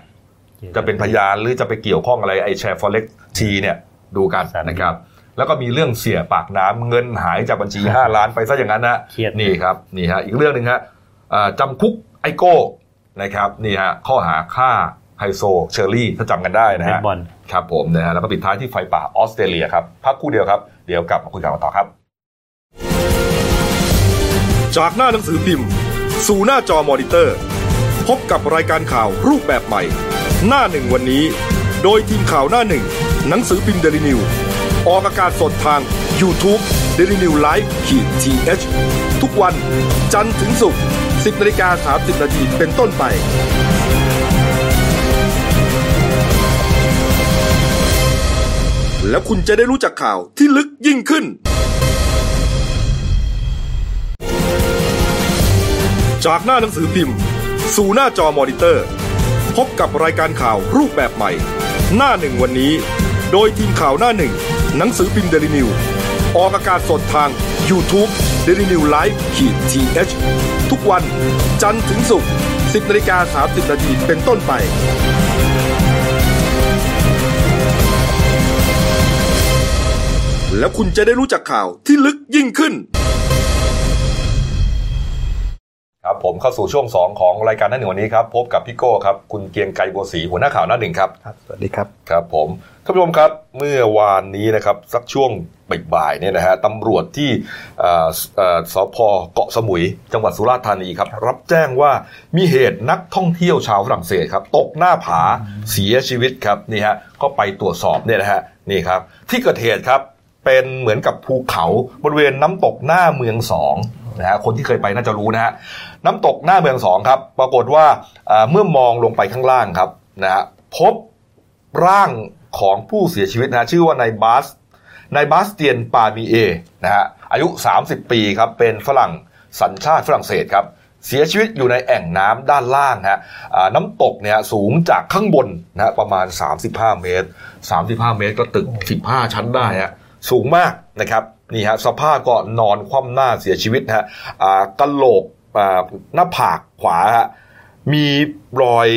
จะเป็นพยานหรือจะไปเกี่ยวข้องอะไรไอแชร์ฟอเร็กทีเนี่ยดูกันนะครับ แล้วก็มีเรื่องเสียปากน้ำเงินหายจากบัญชี 5 ล้านไปซะอย่างนั้นนะ เครียด นี่ครับนี่ฮะอีกเรื่องหนึ่งฮะอ่าจำคุกไอโก้นะครับนี่ฮะข้อหาฆ่าไฮโซเชอรี่ถ้าจำกันได้นะ เล่ ฮะ นบอล ครับผมนะฮะแล้วก็ปิดท้ายที่ไฟป่าออสเตรเลียครับพักครู่เดียวครับ เดี๋ยวกลับมาคุยกันต่อครับ จากหน้าหนังสือพิมพ์ สู่หน้าจอมอนิเตอร์ พบกับรายการข่าวรูปแบบใหม่ หน้าหนึ่งวันนี้ โดยทีมข่าวหน้าหนึ่ง หนังสือพิมพ์เดลิวิวออกอากาศสดทาง y o u t u เดลิวิวไลฟ์ขีดทีเทุกวัน จันทร์ถึงศุกร์ 10นาฬิกา30นาทีเป็นต้นไป แล้วคุณจะได้รู้จักข่าวที่ลึกยิ่งขึ้น จากหน้าหนังสือพิมพ์ สู่หน้าจอมอนิเตอร์ พบกับรายการข่าวรูปแบบใหม่ หน้าหนึ่งวันนี้ โดยทีมข่าวหน้าหนึ่ง หนังสือพิมพ์เดลิวิวออกอากาศสดทาง YouTube d e l i n e w l i v e ขีดทีทุกวันจันทร์ถึงศุกร์10นาฬิกา30นาทีเป็นต้นไป แล้วคุณจะได้รู้จักข่าวที่ลึกยิ่งขึ้น ครับผมเข้าสู่ช่วง 2 ของรายการหน้าหนึ่งวันนี้ครับ พบกับพี่โก้ครับ คุณเกรียงไกรบัวศรีหัวหน้าข่าวหน้าหนึ่งครับ ครับ สวัสดีครับ ครับผมท่านผู้ชมครับเมื่อวานนี้นะครับสักช่วงบ่ายๆเนี่ยนะฮะตำรวจที่เอ่อสเอ่อสพเกาะสมุย จังหวัดสุราษฎร์ธานีครับ รับแจ้งว่ามีเหตุนักท่องเที่ยวชาวฝรั่งเศสครับ ตกหน้าผาเสียชีวิตครับนี่ฮะก็ไปตรวจสอบเนี่ยนะฮะนี่ครับ ที่เกิดเหตุครับ เป็นเหมือนกับภูเขาบริเวณน้ำตกหน้าเมืองสองนะฮะคนที่เคยไปน่าจะรู้นะฮะน้ำตกหน้าเมืองสองครับ ปรากฏว่าเอ่อเมื่อมองลงไปข้างล่างครับนะฮะพบ ร่างของผู้เสียชีวิตนะฮะชื่อว่านายบาสนายบาสเตียนปามีเอนะฮะอายุ 30 ปีครับเป็นฝรั่งสัญชาติฝรั่งเศสครับ เสียชีวิตอยู่ในแอ่งน้ำด้านล่างฮะอ่าน้ำตกเนี่ยสูงจากข้างบนนะฮะประมาณ 35 เมตร 35 เมตรก็ตึก 15 ชั้นได้ฮะสูงมากนะครับนี่ฮะสภาพก็นอนคว่ำหน้าเสียชีวิตฮะอ่ากะโหลกอ่าหน้าผากขวาฮะ มีรอย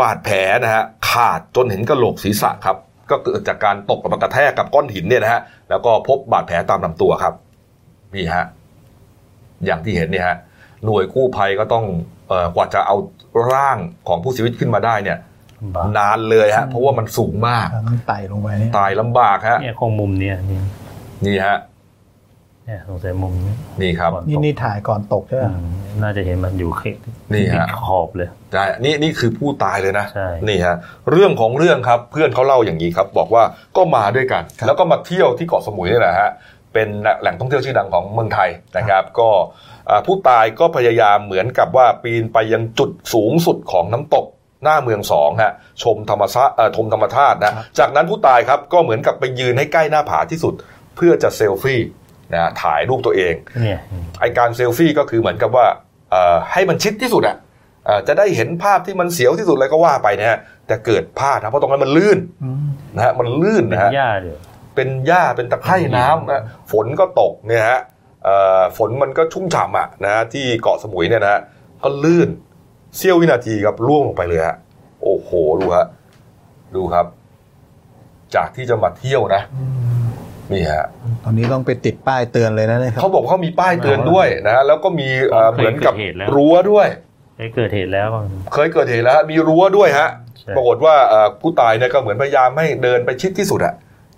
บาดแผลนะฮะขาดจนเห็นกระโหลกศีรษะครับ ก็เกิดจากการตกกับกระแทกกับก้อนหินเนี่ยนะฮะแล้วก็พบบาดแผลตามลำตัวครับนี่ฮะอย่างที่เห็นเนี่ยฮะหน่วยกู้ภัยก็ต้องเอ่อกว่าจะเอาร่างของผู้เสียชีวิตขึ้นมาได้เนี่ย บ้าน านเลยฮะเพราะว่ามันสูงมาก มันไต่ลงไปเนี่ย ตายลำบากฮะ เนี่ยคงมุมเนี่ยเนี่ย นี่ฮะ เนี่ยสงสัยมุมนี้ นี่ครับ ก่อตก นี่นี่ถ่ายก่อนตกใช่ไหม อืมน่าจะเห็นมันอยู่เขต นี่ฮะ ติดขอบเลย ใช่นี่นี่คือผู้ตายเลยนะ ใช่ นี่ฮะ เรื่องของเรื่องครับ เพื่อนเขาเล่าอย่างนี้ครับ บอกว่าก็มาด้วยกัน ครับ แล้วก็มาเที่ยวที่เกาะสมุยนี่แหละฮะ เป็นแหล่งท่องเที่ยวชื่อดังของเมืองไทยนะครับ ก็อ่าผู้ตายก็พยายามเหมือนกับว่าปีนไปยังจุดสูงสุดของน้ำตกหน้าเมืองสองฮะ ชมธรรมชาติเอ่อชมธรรมชาตินะ จากนั้นผู้ตายครับก็เหมือนกับไปยืนให้ใกล้หน้าผาที่สุด เพื่อจะเซลฟี่นะฮะถ่ายรูปตัวเอง เนี่ย ไอการเซลฟี่ก็คือเหมือนกับว่าเอ่อให้มันชิดที่สุดอะเอ่อจะได้เห็นภาพที่มันเสียวที่สุดอะไรก็ว่าไปนะฮะแต่เกิดพลาดนะเพราะตรงนั้นมันลื่น อืม นะฮะมันลื่น เป็น นะฮะ หญ้าเดี๋ยว เป็นหญ้าเป็นตะไคร่น้ำนะฝนก็ตกเนี่ยฮะเอ่อฝนมันก็ชุ่มฉ่ำอะนะฮะที่เกาะสมุยเนี่ยนะฮะก็ลื่นเสี้ยววินาทีครับล่วงลงไปเลยฮะโอ้โหดูฮะดูครับ จากที่จะมาเที่ยวนะนี่ฮะ ตอนนี้ต้องไปติดป้ายเตือนเลยนะเนี่ยครับ เขาบอกว่าเขามีป้ายเตือนด้วยนะฮะแล้วก็มีเอ่อ เคย เหมือนกับ เกิดเหตุแล้ว รั้วด้วย ไอ้เกิดเหตุแล้วก็ เคยเกิดเหตุแล้วฮะมีรั้วด้วยฮะ ใช่ ปรากฏว่าเอ่อผู้ตายเนี่ยก็เหมือนพยายามให้เดินไปชิดที่สุดอะ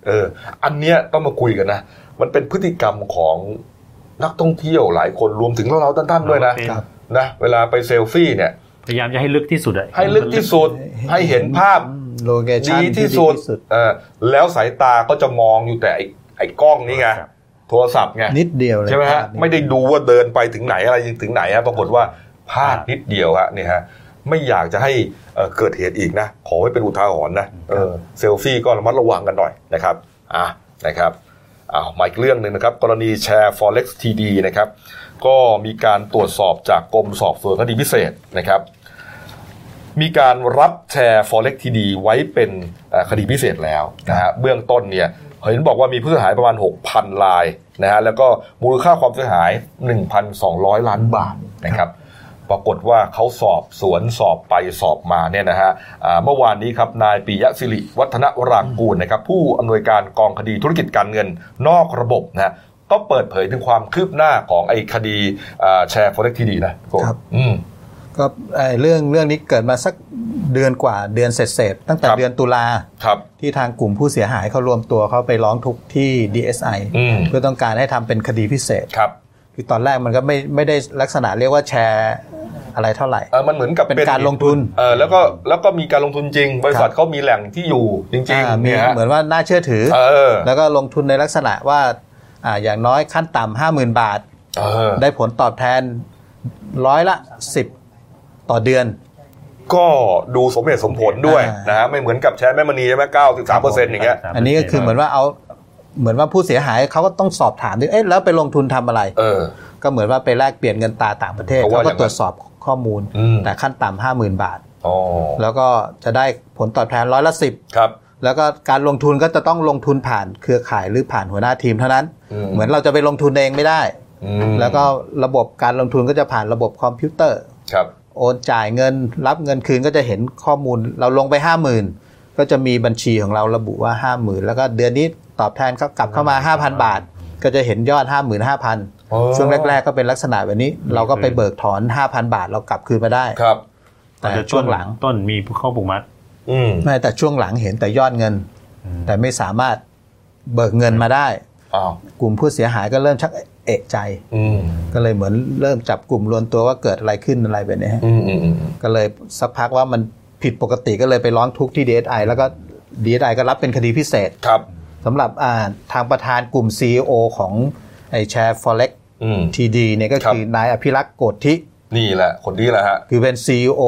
เออ อันเนี้ยต้องมาคุยกันนะ มันเป็นพฤติกรรมของนักท่องเที่ยวหลายคนรวมถึงเราๆท่านๆด้วยนะ เป็ ครับ นะ เวลาไปเซลฟี่เนี่ย พยายามจะให้ลึกที่สุดอะ ให้ลึกที่สุดให้เห็นภาพ โลเคชั่น ดีที่สุดเออแล้วสายตาก็จะมองอยู่แต่ไอ้ไอ้กล้องนี่ไงโทรศัพท์ไง นิดเดียวเลย ใช่ไหมฮะ ภาพนี้ ไม่ได้ดูว่าเดินไปถึงไหนอะไรถึงไหนฮะปรากฏว่าพลาดนิดเดียวฮะเนี่ยฮะไม่อยากจะให้เอ่อเกิดเหตุอีกนะ ขอให้เป็นอุทาหรณ์นะเออเซลฟี่ก็ระมัดระวังกันหน่อยนะครับอ่ะนะครับอ้าวมาอีกเรื่องหนึ่งนะครับ กรณีแชร์ forex td นะครับ ก็มีการตรวจสอบจากกรมสอบสวนคดีพิเศษนะครับ มีการรับแชร์ forex ที่ดีไว้เป็นเอ่อคดีพิเศษแล้วนะฮะเบื้องต้นเนี่ยเห็นบอกว่ามีผู้เสียหายประมาณ 6,000 ลายนะฮะแล้วก็มูลค่าความเสียหาย 1,200 ล้านบาทนะครับปรากฏว่าเขาสอบสวนสอบไปสอบมาเนี่ยนะฮะอ่าเมื่อวานนี้ครับนายปิยะสิริวัฒนวรางกูลนะครับผู้อำนวยการกองคดีธุรกิจการเงินนอกระบบนะฮะก็เปิดเผยถึงความคืบหน้าของไอ้คดีอ่าแชร์ forex ที่ดีนะโก้อืม ก็ไอ้เรื่องเรื่องนี้เกิดมาสักเดือนกว่าเดือนเสร็จๆตั้งแต่ ครับ เดือนตุลา ครับ ที่ทางกลุ่มผู้เสียหายเขารวมตัวเขาไปร้องทุกข์ที่ DSI อืม เพื่อต้องการให้ทำเป็นคดีพิเศษ ครับ คือตอนแรกมันก็ไม่ไม่ได้ลักษณะเรียกว่าแชร์อะไรเท่าไหร่ เออมันเหมือนกับ เป็นการลงทุน เออแล้วก็แล้วก็มีการลงทุนจริง บริษัท ครับ เขามีแหล่งที่อยู่จริง อ่า ๆ มี เนี่ยฮะ เหมือนว่าน่าเชื่อถือ เออ แล้วก็ลงทุนในลักษณะว่าอ่าอย่างน้อยขั้นต่ำห้าหมื่นบาท เออ ได้ผลตอบแทน ร้อยละสิบต่อเดือน ก็ดูสมเหตุสมผลด้วย อ่าน นะฮะไม่เหมือนกับแชร์แม่มณีใช่ไหมเก้าสิบสามเปอร์เซ็นต์อย่างเงี้ย 93% อันนี้ก็คือเหมือนว่าเอาเหมือนว่าผู้เสียหายเขาก็ต้องสอบถามด้วยเอ๊ะแล้วไปลงทุนทำอะไร เออ ก็เหมือนว่าไปแลกเปลี่ยนเงินตาต่างประเทศ เขา เขา ว่า ก็ตรวจสอบข้อมูล อืม แต่ขั้นต่ำห้าหมื่นบาท อ๋อ แล้วก็จะได้ผลตอบแทนร้อยละสิบ ครับ แล้วก็การลงทุนก็จะต้องลงทุนผ่านเครือข่ายหรือผ่านหัวหน้าทีมเท่านั้น อืม เหมือนเราจะไปลงทุนเองไม่ได้ อืม แล้วก็ระบบการลงทุนก็จะผ่านระบบคอมพิวเตอร์ ครับ โอนจ่ายเงินรับเงินคืนก็จะเห็นข้อมูลเราลงไปห้าหมื่นก็จะมีบัญชีของเราระบุว่าห้าหมื่นแล้วก็เดือนนี้ตอบแทนเขากลับเข้ามาห้าพันบาท ก็จะเห็นยอดห้าหมื่นห้าพัน อ๋อ ช่วงแรก ๆ ก็เป็นลักษณะแบบนี้ เราก็ไปเบิกถอนห้าพันบาทเรากลับคืนมาได้ ครับ แต่ช่วงหลัง ต้นมีผู้เข้าผูกมัด อืม ไม่แต่ช่วงหลังเห็นแต่ยอดเงิน แต่ไม่สามารถเบิกเงินมาได้ อ้าว กลุ่มผู้เสียหายก็เริ่มชักเอะใจ อืม ก็เลยเหมือนเริ่มจับกลุ่มรวมตัวว่าเกิดอะไรขึ้นอะไรแบบนี้ฮะ อืมอืมอืม ก็เลยสักพักว่ามันผิดปกติก็เลยไปร้องทุกข์ที่ DSI แล้วก็ DSI ก็รับเป็นคดีพิเศษ ครับ สำหรับอ่าทางประธานกลุ่ม CEO ของไอแชร์ Forex อืม TD เนี่ยก็ ครับ คือนายอภิรักษ์โกธิ นี่แหละ คนนี้แหละฮะ คือเป็น CEO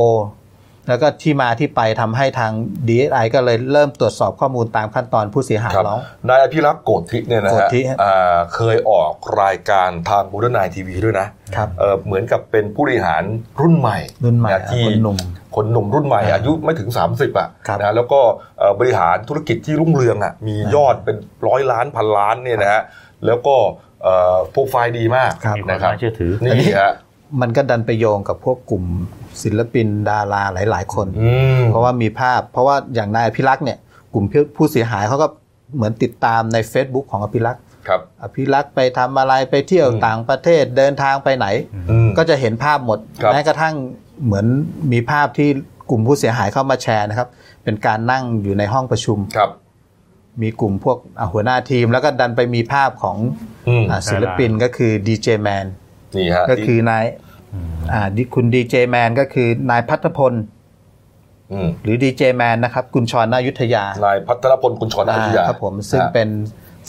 แล้วก็ที่มาที่ไปทำให้ทาง DSI ก็เลยเริ่มตรวจสอบข้อมูลตามขั้นตอนผู้เสียหาย ครับ ร้อง นายอภิรักษ์โกธิเนี่ยนะ โก ฮะ ธิฮะ อ่าเคยออกรายการทางบูรณายทีวีด้วยนะครับ เอ่อเหมือนกับเป็นผู้บริหารรุ่นใหม่ รุ่นใหม่ ะที่ คนหนุ่ม คนหนุ่มรุ่นใหม่ อ่า อายุไม่ถึง 30อ่ะ ครับ นะแล้วก็เอ่อบริหารธุรกิจที่รุ่งเรืองอ่ะมียอดเป็นร้อยล้านพันล้านเนี่ยนะฮะแล้วก็เอ่อโปรไฟล์ดีมาก ครับ นะครั มีความน่าเชื่อถือ นี่ฮะ มันก็ดันไปโยงกับพวกกลุ่มศิลปินดาราหลาย ๆ คน อืม เพราะว่ามีภาพ เพราะว่าอย่างนายอภิรักษ์เนี่ยกลุ่มผู้ผู้เสียหายเขาก็เหมือนติดตามใน Facebook ของอภิรักษ์ ครับ อภิรักษ์ไปทำอะไรไปเที่ยว อืม ต่างประเทศเดินทางไปไหน อืม ก็จะเห็นภาพหมด ครับ แม้กระทั่งเหมือนมีภาพที่กลุ่มผู้เสียหายเข้ามาแชร์นะครับ เป็นการนั่งอยู่ในห้องประชุม ครับ มีกลุ่มพวกอ่ะหัวหน้าทีม แล้วก็ดันไปมีภาพของ อืม อ่ะศิลปินก็คือดีเจแมน นี่ฮะ ก็คือนายอ่าดิคุณดีเจแมนก็คือนายพัฒพล ม หรือดีเจแมนนะครับกุญชรนายุทธยา นายพัฒนพลคุณชรอยุธยา ครับผมซึ่งเป็น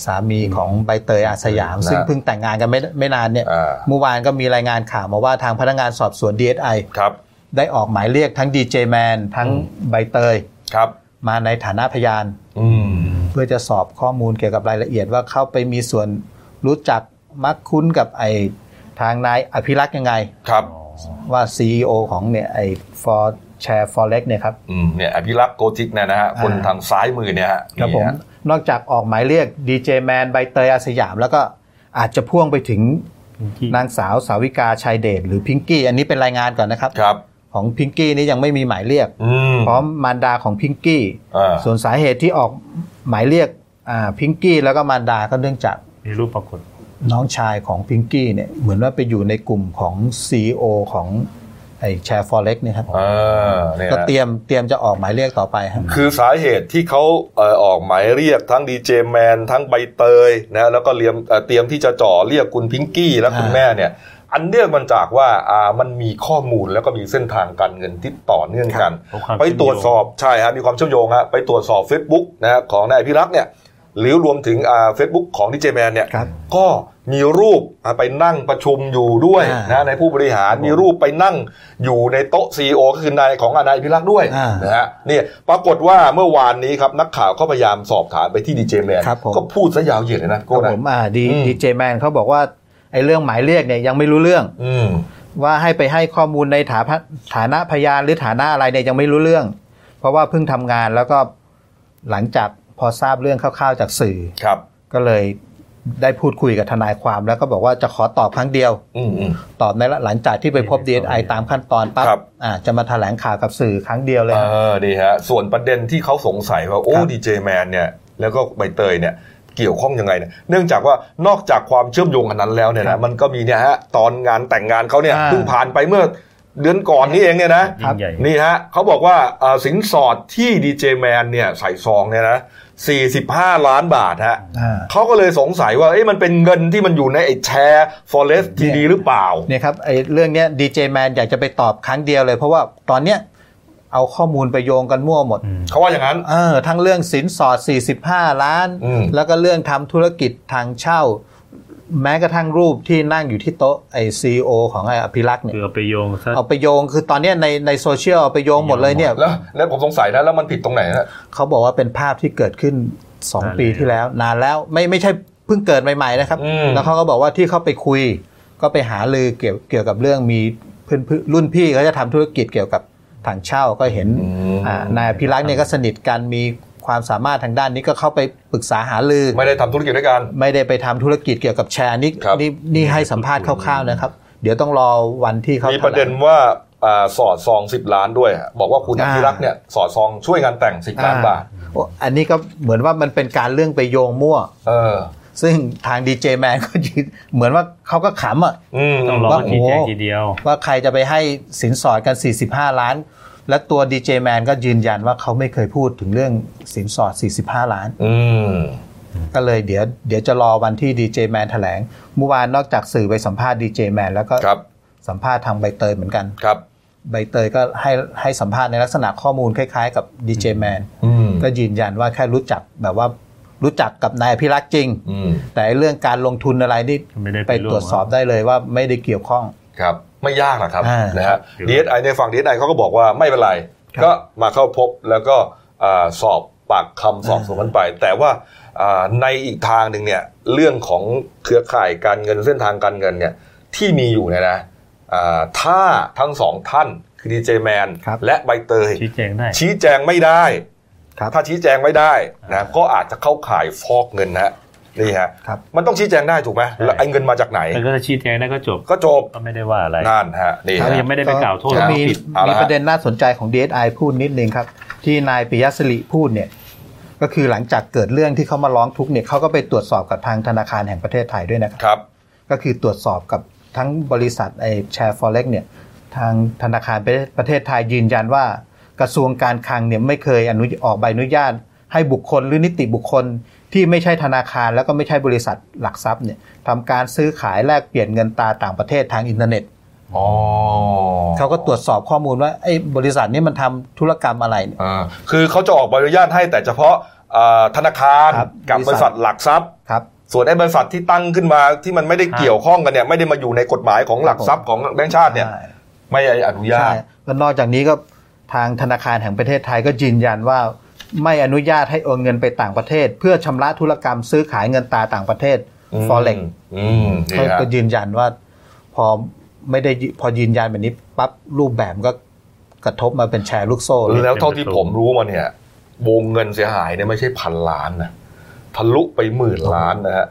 สามีของใบเตยอาสยาม นะ ซึ่งเพิ่งแต่งงานกันไม่ไม่นานเนี่ย อ่า เมื่อวานก็มีรายงานข่าวมาว่าทางพนักงานสอบสวน DSI ครับ ได้ออกหมายเรียกทั้งดีเจแมนทั้ง อืม ใบเตย ครับ มาในฐานะพยาน อืม เพื่อจะสอบข้อมูลเกี่ยวกับรายละเอียดว่าเขาไปมีส่วนรู้จักมักคุ้นกับไอทางนายอภิรักษ์ยังไง ครับ ว่า CEO ของเนี่ยไอฟอร์แชร์ฟอเร็กเนี่ยครับ อืมเนี่ยอภิรักษ์โกธิกเนี่ยนะฮะ อ่า คนทางซ้ายมือเนี่ยฮะ ครับผม นี่ฮะ นอกจากออกหมายเรียกดีเจแมนใบเตยอาสยาม แล้วก็อาจจะพ่วงไปถึงนางสาวสาวิกาชัยเดชหรือพิงกี้ อันนี้เป็นรายงานก่อนนะครับ ครับ ของพิงกี้นี่ยังไม่มีหมายเรียก อืม พร้อมมารดาของพิงกี้ อ่า ส่วนสาเหตุที่ออกหมายเรียกพิงกี้แล้วก็มารดาก็เนื่องจาก มีรูปปรากฏ น้องชายของพิงกี้เนี่ยเหมือนว่าไปอยู่ในกลุ่มของ c ีอของไอแชร์ฟอเร็กเนี่ยครับ อ่าเนี่ย ก็ ฮะ เตรียมเตรียมจะออกหมายเรียกต่อไปครับ คือสาเหตุที่เขาเอ่อออกหมายเรียกทั้งดีเจแมนทั้งใบเตยนะแล้วก็เรียมเอ่อเตรียมที่จะจ่อเรียกคุณพิงกี้และคุณ อ่า แม่เนี่ย อันเนื่องมาจากว่าอ่ามันมีข้อมูลแล้วก็มีเส้นทางการเงินที่ต่อเนื่องกัน ครับความเชื่อมโยง ไปตรวจสอบใช่ฮะมีความเชื่อมโยงฮะไปตรวจสอบ Facebook นะฮะของนายพิรักษ์เนี่ยหรือรวมถึงอ่าเฟซบุ๊กของดีเจแมนเนี่ย ครับ ก็มีรูปอ่ะไปนั่งประชุมอยู่ด้วย อ่าน นะในผู้บริหารมีรูปไปนั่งอยู่ในโต๊ะซีโอก็คือนายของอนายพิรักษ์ด้วย อ่าน นะฮะเนี่ยปรากฏว่าเมื่อวานนี้ครับนักข่าวก็พยายามสอบถามไปที่ดีเจแมน ครับผม ก็พูดซะยาวเหยียดเลยนะ ครั โก้ บ นะ ผมอ่าดี อืม ดีเจแมนเขาบอกว่าไอ้เรื่องหมายเรียกเนี่ยยังไม่รู้เรื่อง อืม ว่าให้ไปให้ข้อมูลในฐานะฐานะพยานหรือฐานะอะไรเนี่ยยังไม่รู้เรื่อง เพราะว่าเพิ่งทำงานแล้วก็หลังจากพอทราบเรื่องคร่าวๆจากสื่อ ครับ ก็เลยได้พูดคุยกับทนายความแล้วก็บอกว่าจะขอตอบครั้งเดียว อืมอืม ตอบในหลังจากที่ไปพบ DSI ตามขั้นตอนปั๊ ครับ อ่าจะมาแถลงข่าวกับสื่อครั้งเดียวเลย เอ ครับ อดีฮะส่วนประเด็นที่เขาสงสัยว่าโอ้ ครับ ดีเจแมนเนี่ยแล้วก็ใบเตยเนี่ยเกี่ยวข้องยังไงเนี่ยเนื่องจากว่านอกจากความเชื่อมโยงอันนั้นแล้วเนี่ย ครั นะ บ มันก็มีเนี่ยฮะตอนงานแต่งงานเขาเนี่ย อ่า เพิ่งผ่านไปเมื่อเดือนก่อนนี้เองเนี่ยนะ ยิ่งใหญ่ นี่ฮะเขาบอกว่าเอ่อสินสอดที่ดีเจแมนเนี่ยใส่ซองเนี่ยนะ 45 ล้านบาทฮะ อ่า เขาก็เลยสงสัยว่าเอ๊ะมันเป็นเงินที่มันอยู่ในไอ้แชร์ฟอเรสทีดีหรือเปล่า เนี่ยครับไอ้เรื่องเนี้ยดีเจแมนอยากจะไปตอบครั้งเดียวเลย เพราะว่าตอนเนี้ยเอาข้อมูลไปโยงกันมั่วหมด เขาว่าอย่างนั้น เออทั้งเรื่องสินสอด 45 ล้าน อืม แล้วก็เรื่องทำธุรกิจทางเช่า แม้กระทั่งรูปที่นั่งอยู่ที่โต๊ะไอซีโอของไออภิรักษ์เนี่ย คือเอาไปโยงซะ เอาไปโยงคือตอนเนี้ยในในโซเชียลเอาไปโยงหมดเลยเนี่ย แล้วแล้วผมสงสัยนะแล้วมันผิดตรงไหนนะ เขาบอกว่าเป็นภาพที่เกิดขึ้น 2 ปีที่แล้ว นานแล้วไม่ไม่ใช่เพิ่งเกิดใหม่ๆนะครับ อืม แล้วเขาก็บอกว่าที่เขาไปคุย ก็ไปหาลือเกี่ยวเกี่ยวกับเรื่องมีเพื่อนๆรุ่นพี่เขาจะทำธุรกิจเกี่ยวกับถังเช่าก็เห็น อืม อ่านายพิรักษ์เนี่ยก็สนิทกันมีความสามารถทางด้านนี้ก็เข้าไปปรึกษาหาลือ ไม่ได้ทำธุรกิจด้วยกัน ไม่ได้ไปทำธุรกิจเกี่ยวกับแชร์นี่ ครับ นี่นี่ให้สัมภาษณ์คร่าวๆนะครับ เดี๋ยวต้องรอวันที่เขา มี แถลง ประเด็นว่าอ่าสอดซองสิบล้านด้วยอะบอกว่าคุณอ อ่า ภิรักษ์เนี่ยสอดซองช่วยงานแต่งสิบล้านบาท โอ้อันนี้ก็เหมือนว่ามันเป็นการเรื่องไปโยงมั่ว เออ ซึ่งทางดีเจแมนก็ยืนเหมือนว่าเขาก็ขำอ่ะ อืม ต้องรอ ว่า ชี้แจงทีเดียว ว่าใครจะไปให้สินสอดกัน 45 ล้าน และตัวดีเจแมนก็ยืนยันว่าเขาไม่เคยพูดถึงเรื่องสินสอด 45 ล้าน อืม ก็เลยเดี๋ยวเดี๋ยวจะรอวันที่ดีเจแมนแถลงเมื่อวานนอกจากสื่อไปสัมภาษณ์ดีเจแมนแล้วก็ ครับ สัมภาษณ์ทางใบเตยเหมือนกัน ครับ ใบเตยก็ให้ให้สัมภาษณ์ในลักษณะข้อมูลคล้ายๆ กับดีเจแมน อืม ก็ยืนยันว่าแค่รู้จักแบบว่ารู้จักกับนายพิรักษ์จริง อืม แต่ไอ้เรื่องการลงทุนอะไรนี่ ไม่ได้ ไป ไปร่วม ตรวจสอบได้เลยว่าไม่ได้เกี่ยวข้อง ครับไม่ยากหรอกครับ อ่าน นะฮะ ครับ ดีเอสไอในฝั่งดีเอสไอเขาก็บอกว่าไม่เป็นไร ก็มาเข้าพบแล้วก็อ่าสอบปากคำสอบสวนกันไป แต่ว่าอ่าในอีกทางหนึ่งเนี่ยเรื่องของเครือข่ายการเงินเส้นทางการเงินเนี่ยที่มีอยู่เนี่ยนะอ่าถ้าทั้งสองท่านคือดีเจแมน ครับ และใบเตย ชี้แจงได้ ชี้แจงไม่ได้ ครับ ถ้าชี้แจงไม่ได้นะก็อาจจะเข้าข่ายฟอกเงินนะฮะนี่ฮะ ครับ มันต้องชี้แจงได้ถูกไหม ใช่ แล้วไอ้เงินมาจากไหน แล้วก็ถ้าชี้แจงได้ก็จบ ก็จบ ก็ไม่ได้ว่าอะไร นั่นฮะนี่ ครั ฮะ บ ยังไม่ได้ไปกล่าวโทษ ก็มี เอาผิด เอาละ มี ฮะ ประเด็นน่าสนใจของ DSI พูดนิดนึงครับ ที่นายปิยะสิริพูดเนี่ย ก็คือหลังจากเกิดเรื่องที่เขามาร้องทุกข์เนี่ยเขาก็ไปตรวจสอบกับทางธนาคารแห่งประเทศไทยด้วยนะครับ ครับ ก็คือตรวจสอบกับทั้งบริษัทไอแชร์ฟอเร็กเนี่ยทางธนาคารประเทศไทยยืนยันว่า กระทรวงการคลังเนี่ยไม่เคยอนุญออกใบอนุญาต ให้บุคคลหรือนิติบุคคลที่ไม่ใช่ธนาคารแล้วก็ไม่ใช่บริษัทหลักทรัพย์เนี่ยทำการซื้อขายแลกเปลี่ยนเงินตราต่างประเทศทางอินเทอร์เน็ต อ๋อ เขาก็ตรวจสอบข้อมูลว่าไอ้บริษัทนี้มันทำธุรกรรมอะไรเนี่ย อ่าคือเขาจะออกใบอนุญาตให้แต่เฉพาะอ่าธนาคาร ครับ กับบริษัท บริษัท หลักทรัพย์ ครับ ส่วนไอ้บริษัทที่ตั้งขึ้นมาที่มันไม่ได้เกี่ยวข้องกันเนี่ยไม่ได้มาอยู่ในกฎหมายของหลักทรัพย์ของแบงก์ชาติเนี่ย ใช่ ไม่อนุญา ใช่ ต แล้วนอกจากนี้ก็ทางธนาคารแห่งประเทศไทยก็ยืนยันว่า ไม่อนุญาตให้โอนเงินไปต่างประเทศ เพื่อชำระธุรกรรมซื้อขายเงินตราต่างประเทศ ม forex อืมนี่ เขา ฮะ ก็ยืนยันว่าพอไม่ได้ยิพอยืนยันแบบนี้ปั๊บรูปแบบก็กระทบมาเป็นแชร์ลูกโซ่เลย แล้วเท่าที่ผมรู้มาเนี่ยวงเงินเสียหายเนี่ยไม่ใช่พันล้านนะทะลุไปหมื่นล้านนะฮะ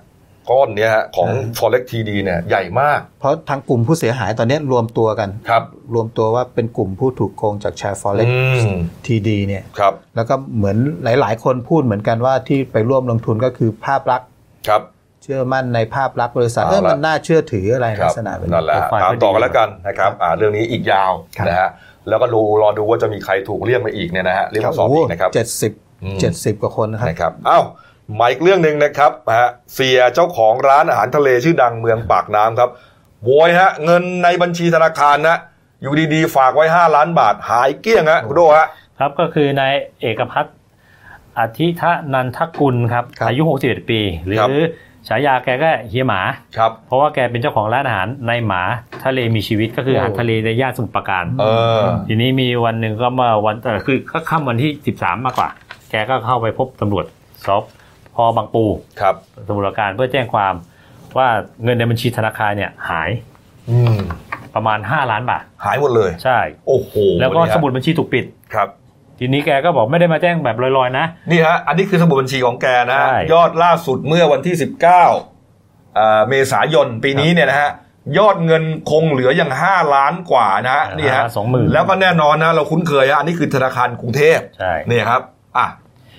ก้อนเนี้ยฮะของ forex td เนี่ยใหญ่มาก เพราะทางกลุ่มผู้เสียหายตอนนี้รวมตัวกัน ครับ รวมตัวว่าเป็นกลุ่มผู้ถูกโกงจากแชร์ฟอเร็ก อืม ทีดีเนี่ย ครับ แล้วก็เหมือนหลาย ๆ คนพูดเหมือนกันว่าที่ไปร่วมลงทุนก็คือภาพลักษณ์ ครับ เชื่อมั่นในภาพลักษณ์บริษัทเออ เอาละ มันน่าเชื่อถืออะไร ค ลั รั ก บ ษณะแบบนี้ นั่นแหละ โปรไฟล์ ตามต่อกัน ก็ดี แล้วกันนะครับอ่าเรื่องนี้อีกยาว ครับ นะฮะแล้วก็ดูรอดูว่าจะมีใครถูกเรียกมาอีกเนี่ยนะฮะเรียกมาสอบอีกนะครับ เจ็ดสิบ อืม เจ็ดสิบกว่าคนนะครับ นะครับอ้าวมาอีกเรื่องหนึ่งนะครับฮะเสียเจ้าของร้านอาหารทะเลชื่อดังเมืองปากน้ำครับโวยฮะเงินในบัญชีธนาคารนะอยู่ดีๆ ฝากไว้ 5 ล้านบาทหายเกลี้ยงฮะคุณโดฮะ ครับก็คือนายเอกพัฒน์อธิทนันทกุลครับ ครับ อายุ 61 ปี หรื ครับ อฉายาแกก็เฮียหมา ครับ เพราะว่าแกเป็นเจ้าของร้านอาหารในหมาทะเลมีชีวิตก็คือ โอ้ อาหารทะเลในย่านสมุทรปราการ เออ ทีนี้มีวันหนึ่งก็มาวันเออคือก็ค่ำวันที่ 13 มากกว่า แกก็เข้าไปพบตำรวจสอบพอบางปู ครับ สมุทรปราการเพื่อแจ้งความว่าเงินในบัญชีธนาคารเนี่ยหาย อืม ประมาณ 5 ล้านบาท หายหมดเลย ใช่ โอ้โห แล้วก็ นี่ฮะ สมุดบัญชีถูกปิด ครับ ทีนี้แกก็บอกไม่ได้มาแจ้งแบบลอยๆนะ นี่ฮะ อันนี้คือสมุดบัญชีของแกนะฮะ ใช่ ยอดล่าสุดเมื่อวันที่ 19อ่าเมษายนปีนี้เนี่ยนะฮะ ยอดเงินคงเหลืออย่าง 5 ล้านกว่านะฮะนี่ฮะ สองหมื่น แล้วก็แน่นอนนะ เราคุ้นเคยฮะอันนี้คือธนาคารกรุงเทพ ใช่ นี่ครับ อ่ะ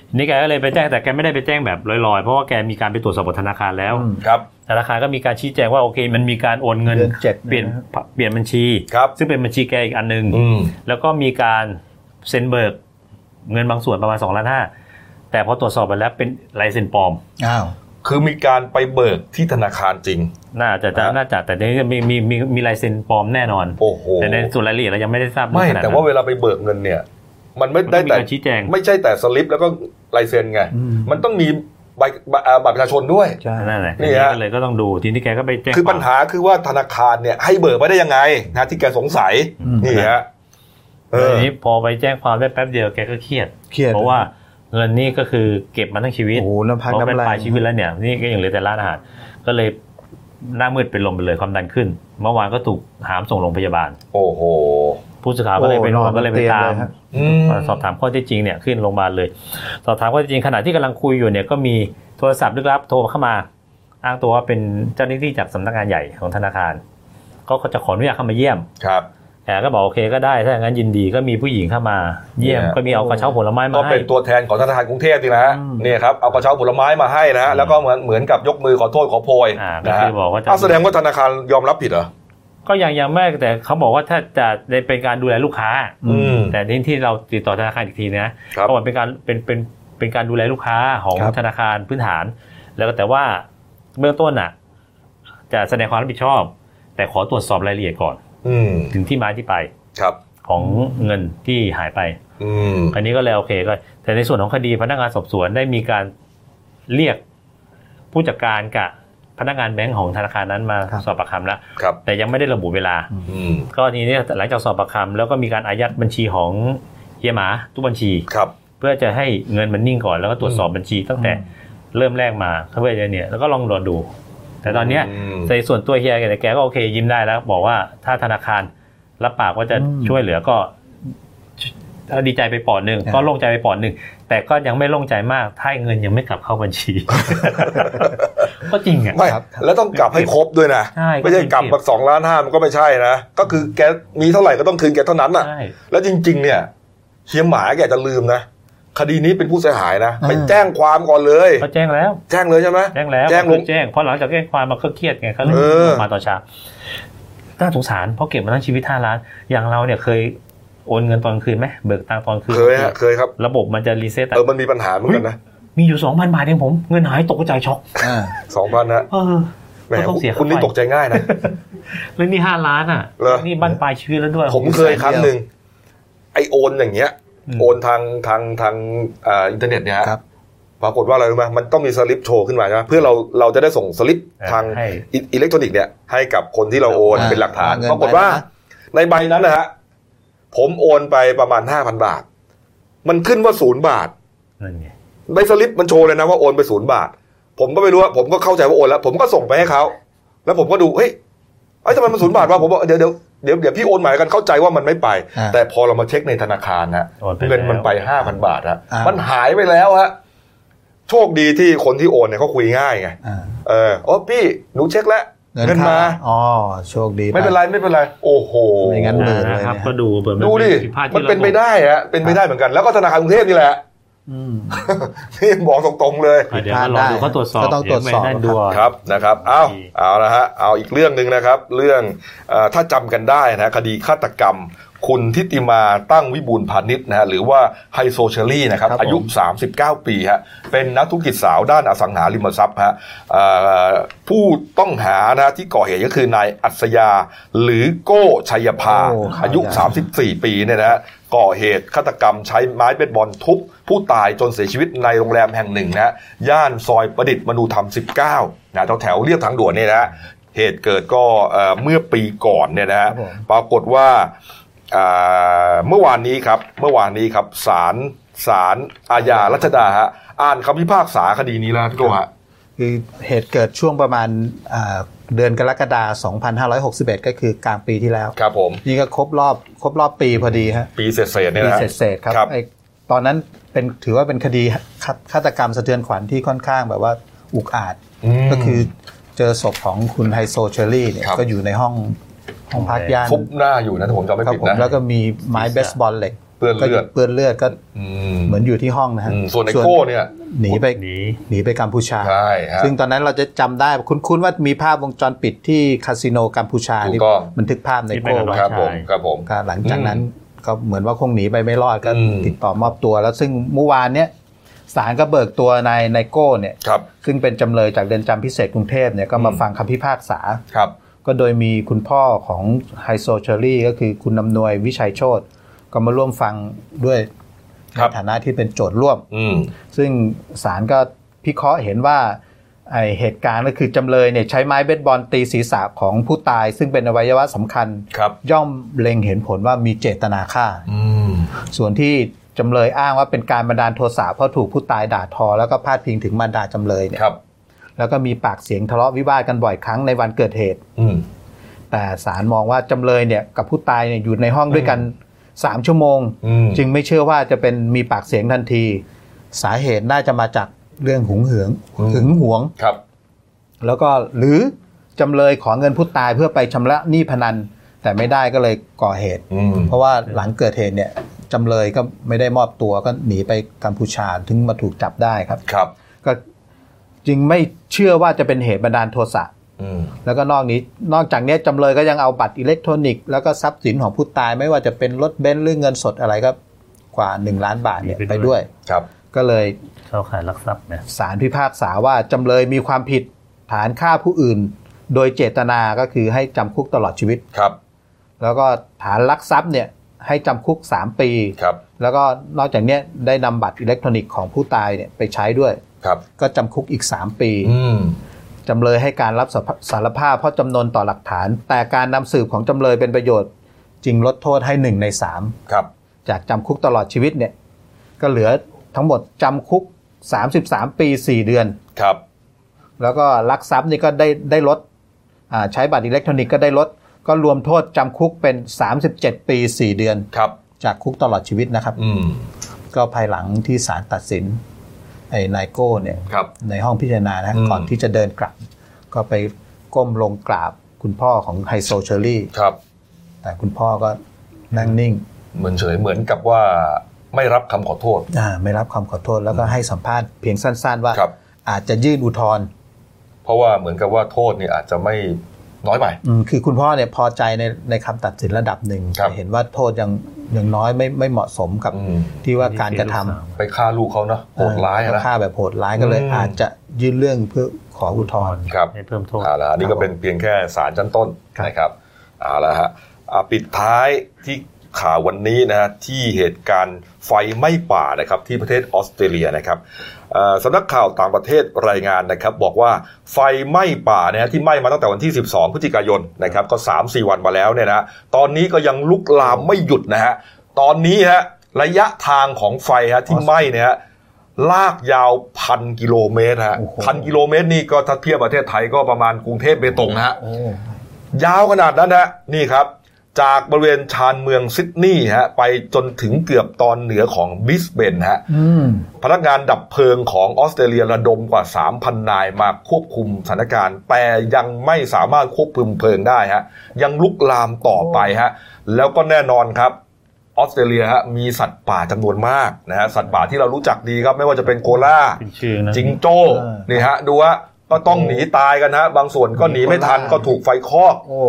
ทีนี่แกก็เลยไปแจ้งแต่แกไม่ได้ไปแจ้งแบบลอยๆ เพราะว่าแกมีการไปตรวจสอบกับธนาคารแล้ว อืม ครับ ธนาคารก็มีการชี้แจงว่าโอเค มันมีการโอนเงิน เดือนเจ็ด เปลี่ยน นะครับ เปลี่ยนบัญชี ครับ ซึ่งเป็นบัญชีแกอีกอันหนึ่ง อืม แล้วก็มีการเซ็นเบิกเงินบางส่วนประมาณ2ล้านห้าแต่พอตรวจสอบไปแล้วเป็นลายเซ็นปลอม อ้าว คือมีการไปเบิกที่ธนาคารจริง น่าจะจะ ครับ น่าจะแต่เนี่ยมีมีมีมีลายเซ็นปลอมแน่นอน โอ้โห แต่ในส่วนรายละเอียดเรายังไม่ได้ทราบ ไม่ ขนดนั้น แต่ว่าเวลาไปเบิกเงินเนี่ย มันไม่ มันต้ ได้ องมี แต่ การชี้แจง ไม่ใช่แต่สลิปแล้วก็ลายเซ็นไง อืม มันต้องมี ใบใบอ่าบัตรประชาชนด้วย ใช่ นั่นแหละ นี่ฮะ ก็เลยก็ต้องดูทีนี้แกก็ไปแจ้ง คือปัญหาคือว่าธนาคารเนี่ยให้เบอร์ไว้ได้ยังไงนะที่แกสงสัย อืม นี่ฮะเออ ทีนี้พอไปแจ้งความได้แป๊บเดียวแกก็เครียด เครียด เพราะว่าเงินนี่ก็คือเก็บมาทั้งชีวิต โอ้โหน้ำพัก เพราะเป็น น้ำลา ปลาย ยชีวิตแล้วเนี่ยนี่ก็ยังเหลือแต่ร้านอาหารก็เลยหน้ามืดเป็นลมไปเลยความดันขึ้น เมื่อวานก็ถูกหามส่งโรงพยาบาล โอ้โห ผู้สื่อข่าวก็เลยไปนอน โ ก็เลยไป ตีง ตาม เฮะ อืม สอบถามข้อเท็จจริงเนี่ยขึ้นโรงพยาบาลเลย สอบถามข้อเท็จจริงขณะที่กำลังคุยอยู่เนี่ยก็มีโทรศัพท์ลึกลับโทรเข้ามา อ้างตัวว่าเป็นเจ้าหน้าที่จากสำนักงานใหญ่ของธนาคาร ก็จะขออนุญาตเข้ามาเยี่ยม ครับ แกก็บอกโอเคก็ได้ถ้าอย่างนั้นยินดีก็มีผู้หญิงเข้ามาเยี่ยม เนี่ย ก็มีเอากระเช้าผลไม้ ก็ มาให้ เป็นตัวแทนของธนาคารกรุงเทพนี่นะฮะ อืม เนี่ยครับเอากระเช้าผลไม้มาให้นะฮะแล้วก็เหมือนเหมือนกับยกมือขอโทษขอโพย อ่าก็ นะ คื ฮะ อบอกว่าจะ อ้าวแสดงว่าธนาคารยอมรับผิดเหรอ ก็ยังยังไม่แต่เขาบอกว่าถ้าจะได้เป็นการดูแลลูกค้า อืม แต่ที่ที่เราติดต่อธนาคารอีกทีนะครับ ก็บอกเป็นการเป็นเป็นเป็นการดูแลลูกค้าของ ครับ ธนาคารพื้นฐาน แล้วก็แต่ว่าเบื้องต้นน่ะ จะแสดงความรับผิดชอบ แต่ขอตรวจสอบรายละเอียดก่อน อืม ถึงที่มาที่ไป ครับ ของเงินที่หายไป อืม อันนี้ก็เลยโอเคก็แต่ในส่วนของคดีพนักงานสอบสวนได้มีการเรียกผู้จัดการกับพนักงานแบงก์ของธนาคารนั้นมา ครับ สอบปากคำแล้ว ครับ แต่ยังไม่ได้ระบุเวลา อืม ก็ทีนี้หลังจากสอบปากคำแล้วก็มีการอายัดบัญชีของเฮียหมาทุกบัญชี ครับ เพื่อจะให้เงินมันนิ่งก่อนแล้วก็ตรวจสอบบัญชีตั้งแต่เริ่มแรกมาเพื่อจะเนี่ยแล้วก็ลองรอดู แต่ตอนเนี้ย ม ในส่วนตัวเฮียแกแกก็โอเคยิ้มได้แล้ว บอกว่าถ้าธนาคารรับปากว่าจะ อืม ช่วยเหลือก็ก็ดีใจไปปอดหนึ่ง ครับ ก็โล่งใจไปปอดหนึ่งแต่ก็ยังไม่โล่งใจมากถ้าเงินยังไม่กลับเข้าบัญชี ก็จริงอ่ะ ไม่ ครับ แล้วต้องกลับให้ครบด้วยนะ ใช่ ไม่ใช่กลับมาสองล้านห้ามันก็ไม่ใช่นะก็คือแกมีเท่าไหร่ก็ต้องคืนแกเท่านั้นอ่ะ ใช่ แล้วจริง ๆ เนี่ยเชียงหมาแกจะลืมนะคดีนี้เป็นผู้เสียหายนะไป อ่า แจ้งความก่อนเลย ก็แจ้งแล้ว แจ้งเลยใช่ไหม แจ้งแล้ว แจ้งลง แจ้งเพราะหลังจากแจ้งความมันก็เครียดไงเขาเลย เออ มาตอนเช้าน่าสงสารเพราะเก็บมาทั้งชีวิตห้าล้าน อย่างเราเนี่ยเคยโอนเงินตอนคืนไหมเบิกตังค์ตอนคืน เคยฮะเคยครับ ระบบมันจะรีเซ็ตอะ เออมันมีปัญหาเหมือนกันนะ มีอยู่สองพันบาทเองผม เงินหายตกใจช็อก อ่า สองพันนะ เออ แหม ก็ต้องเสีย คุณนี่ตกใจง่ายนะ แล้วนี่ห้าล้านอ่ะ เหรอ นี่บั้นปลายชีวิตแล้วด้วย ผมเคยครั้งหนึ่งไอโอนอย่างเงี้ย อืม โอนทางทางทางอ่าอินเทอร์เน็ตเนี่ยฮะ ครับ ปรากฏว่าอะไรรู้ไหมมันต้องมีสลิปโชว์ขึ้นมาใช่ไหมเพื่อเราเราจะได้ส่งสลิปทาง ให้ อิอิเล็กทรอนิกส์เนี่ยให้กับคนที่เราโอน อ่า เป็นหลักฐาน เอาปเงินรากฏว่า ไปนะ ในใบนั้นนะฮะผมโอนไปประมาณห้าพันบาท มันขึ้นว่าศูนย์บาท นั่นไง ในสลิปมันโชว์เลยนะว่าโอนไปศูนย์บาท ผมก็ไม่รู้ว่าผมก็เข้าใจว่าโอนแล้ว ผมก็ส่งไปให้เขาแล้วผมก็ดูเฮ้ยไอ้ยทำไมมันศูนย์บาทวะผมบอกเดี๋ยวเดี๋ยวเดี๋ยวเดี๋ยวพี่โอนหมายกันเข้าใจว่ามันไม่ไป อ่า แต่พอเรามาเช็คในธนาคารนะ โอไป เงินมันไป แล้ว ห้าพันบาทฮะ อ่ามั มันหายไปแล้วฮะโชคดีที่คนที่โอนเนี่ยเขาคุยง่ายไง อ่า เออโอ้พี่หนูเช็คแล้วเงิน เข้ มา อ๋อโชคดี ไม่เป็นไรไม่เป็นไร โอ้โห ไม่งั้ หมื่นเลยเนี่ย นะครับก็ดูเบอร์ ดูดิ ผิพลาดที่ มันเป็นไปได้ฮะเป็นไปได้เหมือนกันแล้วก็ธนาคารกรุงเทพนี่แหละ อืม ที่บอกตรงๆเลย อ่ะเดี๋ยวเราลองดูเขาตรวจสอบ ก็ต้องตรวจสอบ เดี๋ยไม่ได้ดู ครับนะครับเอาเอาละฮะเอาอีกเรื่องหนึ่งนะครับ เรื่องเออถ้าจำกันได้นะคดีฆาตกรรม คุณทิติมาตั้งวิบูลย์พาณิชย์นะฮะหรือว่าไฮโซเชอรี่นะครับ ครับผม อายุ 39 ปีฮะเป็นนักธุรกิจสาวด้านอสังหาริมทรัพย์ฮะเอ่อผู้ต้องหานะที่ก่อเหตุก็คือนายอัศยา หรือโก้ชัยภา โอ้ อายุ ครับ 34 ปีเนี่ยนะฮะก่อเหตุฆาตกรรมใช้ไม้เบสบอลทุบผู้ตายจนเสียชีวิตในโรงแรมแห่งหนึ่งนะฮะย่านซอยประดิษฐ์มนูธรรม 19นะแถวแถวๆเรียบทางด่วนเนี่ยนะฮะเหตุเกิดก็เอ่อเมื่อปีก่อนเนี่ยนะ ครั ฮะ บผม ปรากฏว่าอ่าเมื่อวานนี้ครับเมื่อวานนี้ครับศาลศาลอาญารัชดาฮะอ่านคำพิพากษาคดีนี้แล้วพี่โกฮะ คือเหตุเกิดช่วงประมาณอ่าเดือนกรกฎาคม2561 ก็คือกลางปีที่แล้ว ครับผม นี่ก็ครบรอบครบรอบปีพอดีฮะ ปีเศษๆเนี่ย ปี นะฮะ เศษๆครับ ครับ ไอ้ตอนนั้นเป็นถือว่าเป็นคดีฆาฆาตกรรมสะเทือนขวัญที่ค่อนข้างแบบว่าอุกอาจ ม ก็คือเจอศพของคุณไฮโซเชอรี่เนี่ย ครับ ก็อยู่ในห้องห้องพักย่าน ทุบหน้าอยู่นะถ้าผมจำไม่ ครับ ผิด ผม นะ แล้วก็มีไม้เบสบอลเหล็ก เปื้อน ก็ เลือด เปื้อนเลือดก็ อื เหมือนอยู่ที่ห้องนะฮะ อืมส่วนไอโก้เนี่ย หนีไป หนี หนีไปกัมพูชา ใช่ฮะ ซึ่งตอนนั้นเราจะจำได้คุ้นๆว่ามีภาพวงจรปิดที่คาสิโนกัมพูชา ถูก ที่ ต้อง บันทึกภาพใน ที่ไป โก้ กับ ไว้ ครับผม ใช่ ครับผม ก็หลังจากนั้นก็เหมือนว่าคงหนีไปไม่รอดก็ อืม ติดต่อมอบตัว แล้วซึ่งเมื่อวานเนี้ยศาลก็เบิกตัวนายไนโก้เนี่ย ครับ ซึ่งเป็นจำเลยจากเรือนจำพิเศษกรุงเทพเนี่ยก็มา อืม ฟังคำพิพากษา ครับ ก็โดยมีคุณพ่อของไฮโซเชอรี่ก็คือคุณนำนวยวิชัยโชตก็มาร่วมฟังด้วย ครับ ในฐานะที่เป็นโจทย์ร่วม อืม ซึ่งศาลก็ พิเคราะห์เห็นว่าไอเหตุการณ์ก็คือจำเลยเนี่ยใช้ไม้เบสบอลตีศีรษะของผู้ตาย ซึ่งเป็นอวัยวะสำคัญ ครับ ย่อมเล็งเห็นผลว่ามีเจตนาฆ่า อืม ส่วนที่จำเลยอ้างว่าเป็นการบันดาลโทสะเพราะถูกผู้ตายด่าทอ แล้วก็พาดพิงถึงบรรดาจำเลยเนี่ย ครับ แล้วก็มีปากเสียงทะเลาะวิวาทกันบ่อยครั้งในวันเกิดเหตุ อืม แต่ศาลมองว่าจำเลยเนี่ยกับผู้ตายเนี่ยอยู่ในห้องด้วยกัน 3 ชั่วโมง อืม จึงไม่เชื่อว่าจะเป็นมีปากเสียงทันที สาเหตุน่าจะมาจากเรื่องหุงเหือง อืม หึงหวง ครับ แล้วก็หรือจำเลยขอเงินผู้ตายเพื่อไปชำระหนี้พนัน แต่ไม่ได้ก็เลยก่อเหตุ อืม เพราะว่าหลังเกิดเหตุเนี่ยจำเลยก็ไม่ได้มอบตัวก็หนีไปกัมพูชาถึงมาถูกจับได้ครับ ครับ ก็จึงไม่เชื่อว่าจะเป็นเหตุบันดาลโทสะ อืม แล้วก็นอกนี้นอกจากเนี้ยจำเลยก็ยังเอาบัตรอิเล็กทรอนิกส์แล้วก็ทรัพย์สินของผู้ตายไม่ว่าจะเป็นรถเบนซ์หรือเงินสดอะไรก็กว่า 1 ล้านบาทเนี่ย หนีไป ไป ด้ ด้ ว วย ย ครับ ก็เลย เข้าข่ายลักทรัพย์นะ ศาลพิพากษาว่าจำเลยมีความผิดฐานฆ่าผู้อื่น โดยเจตนาก็คือให้จำคุกตลอดชีวิต ครับ แล้วก็ฐานลักทรัพย์เนี่ยให้จำคุก 3 ปี ครับ แล้วก็นอกจากเนี้ยได้นำบัตรอิเล็กทรอนิกส์ของผู้ตายเนี่ยไปใช้ด้วย ครับ ก็จำคุกอีก 3 ปี อืม จำเลยให้การรับสารภาสารภาพเพราะจำนวนต่อหลักฐาน แต่การนำสืบของจำเลยเป็นประโยชน์ จึงลดโทษให้หนึ่งในสาม ครับ จากจำคุกตลอดชีวิตเนี่ยก็เหลือทั้งหมดจำคุก 33 ปี 4 เดือน ครับ แล้วก็ลักทรัพย์นี่ก็ได้ได้ลดอ่าใช้บัตรอิเล็กทรอนิกส์ก็ได้ลด ก็รวมโทษจำคุกเป็น 37 ปี 4 เดือน ครับ จากคุกตลอดชีวิตนะครับ อืม ก็ภายหลังที่ศาลตัดสินไอ้นายโก้เนี่ย ครับ ในห้องพิจารณานะ อืม ก่อนที่จะเดินกลับ ก็ไปก้มลงกราบคุณพ่อของไฮโซเชอรี่ ครับ แต่คุณพ่อก็นั่งนิ่ง เหมือนเฉยเหมือนกับว่าไม่รับคำขอโทษ อ่าไม่รับคำขอโทษแล้วก็ให้สัมภาษณ์เพียงสั้นๆว่า ครับ อาจจะยื่นอุทธรณ์ เพราะว่าเหมือนกับว่าโทษเนี่ยอาจจะไม่น้อยไป อืมคือคุณพ่อเนี่ยพอใจในในคำตัดสินระดับหนึ่ง ครับ แต่เห็นว่าโทษยังยังน้อยไม่ไม่เหมาะสมกับ อืม ที่ว่าการกระทำ ไปฆ่าลูกเขาเนาะโหดร้ายอะ เออ นะ ฆ่าแบบโหดร้ายก็เลย อืม อาจจะยื่นเรื่องเพื่อขออุทธรณ์ ครับ ให้เพิ่มโทษ เอาละฮะนี่ก็เป็นเพียงแค่สารชั้นต้นนะครับเอาละฮะอ่ะปิดท้ายที่ข่าววันนี้นะฮะที่เหตุการณ์ไฟไหม้ป่านะครับที่ประเทศออสเตรเลียนะครับเอ่อสำนักข่าวต่างประเทศรายงานนะครับ บอกว่าไฟไหม้ป่านะฮะที่ไหม้มาตั้งแต่วันที่ 12 พฤศจิกายนนะครับก็ 3-4 วันมาแล้วเนี่ยนะฮะตอนนี้ก็ยังลุกลามไม่หยุดนะฮะตอนนี้ฮะระยะทางของไฟฮะที่ไหม้เนี่ยฮะลากยาวพันกิโลเมตรฮะ โอ้โห พันกิโลเมตรนี่ก็ถ้าเทียบประเทศไทยก็ประมาณกรุงเทพเบตงนะฮะ โอ้ ยาวขนาดนั้นนะนี่ครับ จากบริเวณชานเมืองซิดนีย์ฮะไปจนถึงเกือบตอนเหนือของบริสเบนฮะ อืม พนักงานดับเพลิงของออสเตรเลียระดมกว่า 3,000 นายมาควบคุมสถานการณ์ แต่ยังไม่สามารถควบคุมเพลิงได้ฮะยังลุกลามต่อไปฮะแล้วก็แน่นอนครับออสเตรเลียฮะมีสัตว์ป่าจำนวนมากนะฮะสัตว์ป่าที่เรารู้จักดีครับไม่ว่าจะเป็นโกล่า ขึ้นชื่อนะ จิงโจ้ เออ นี่ฮะดูฮะก็ต้องหนีตายกันฮะบางส่วนก็หนีไม่ทันก็ถูกไฟคอก โอ้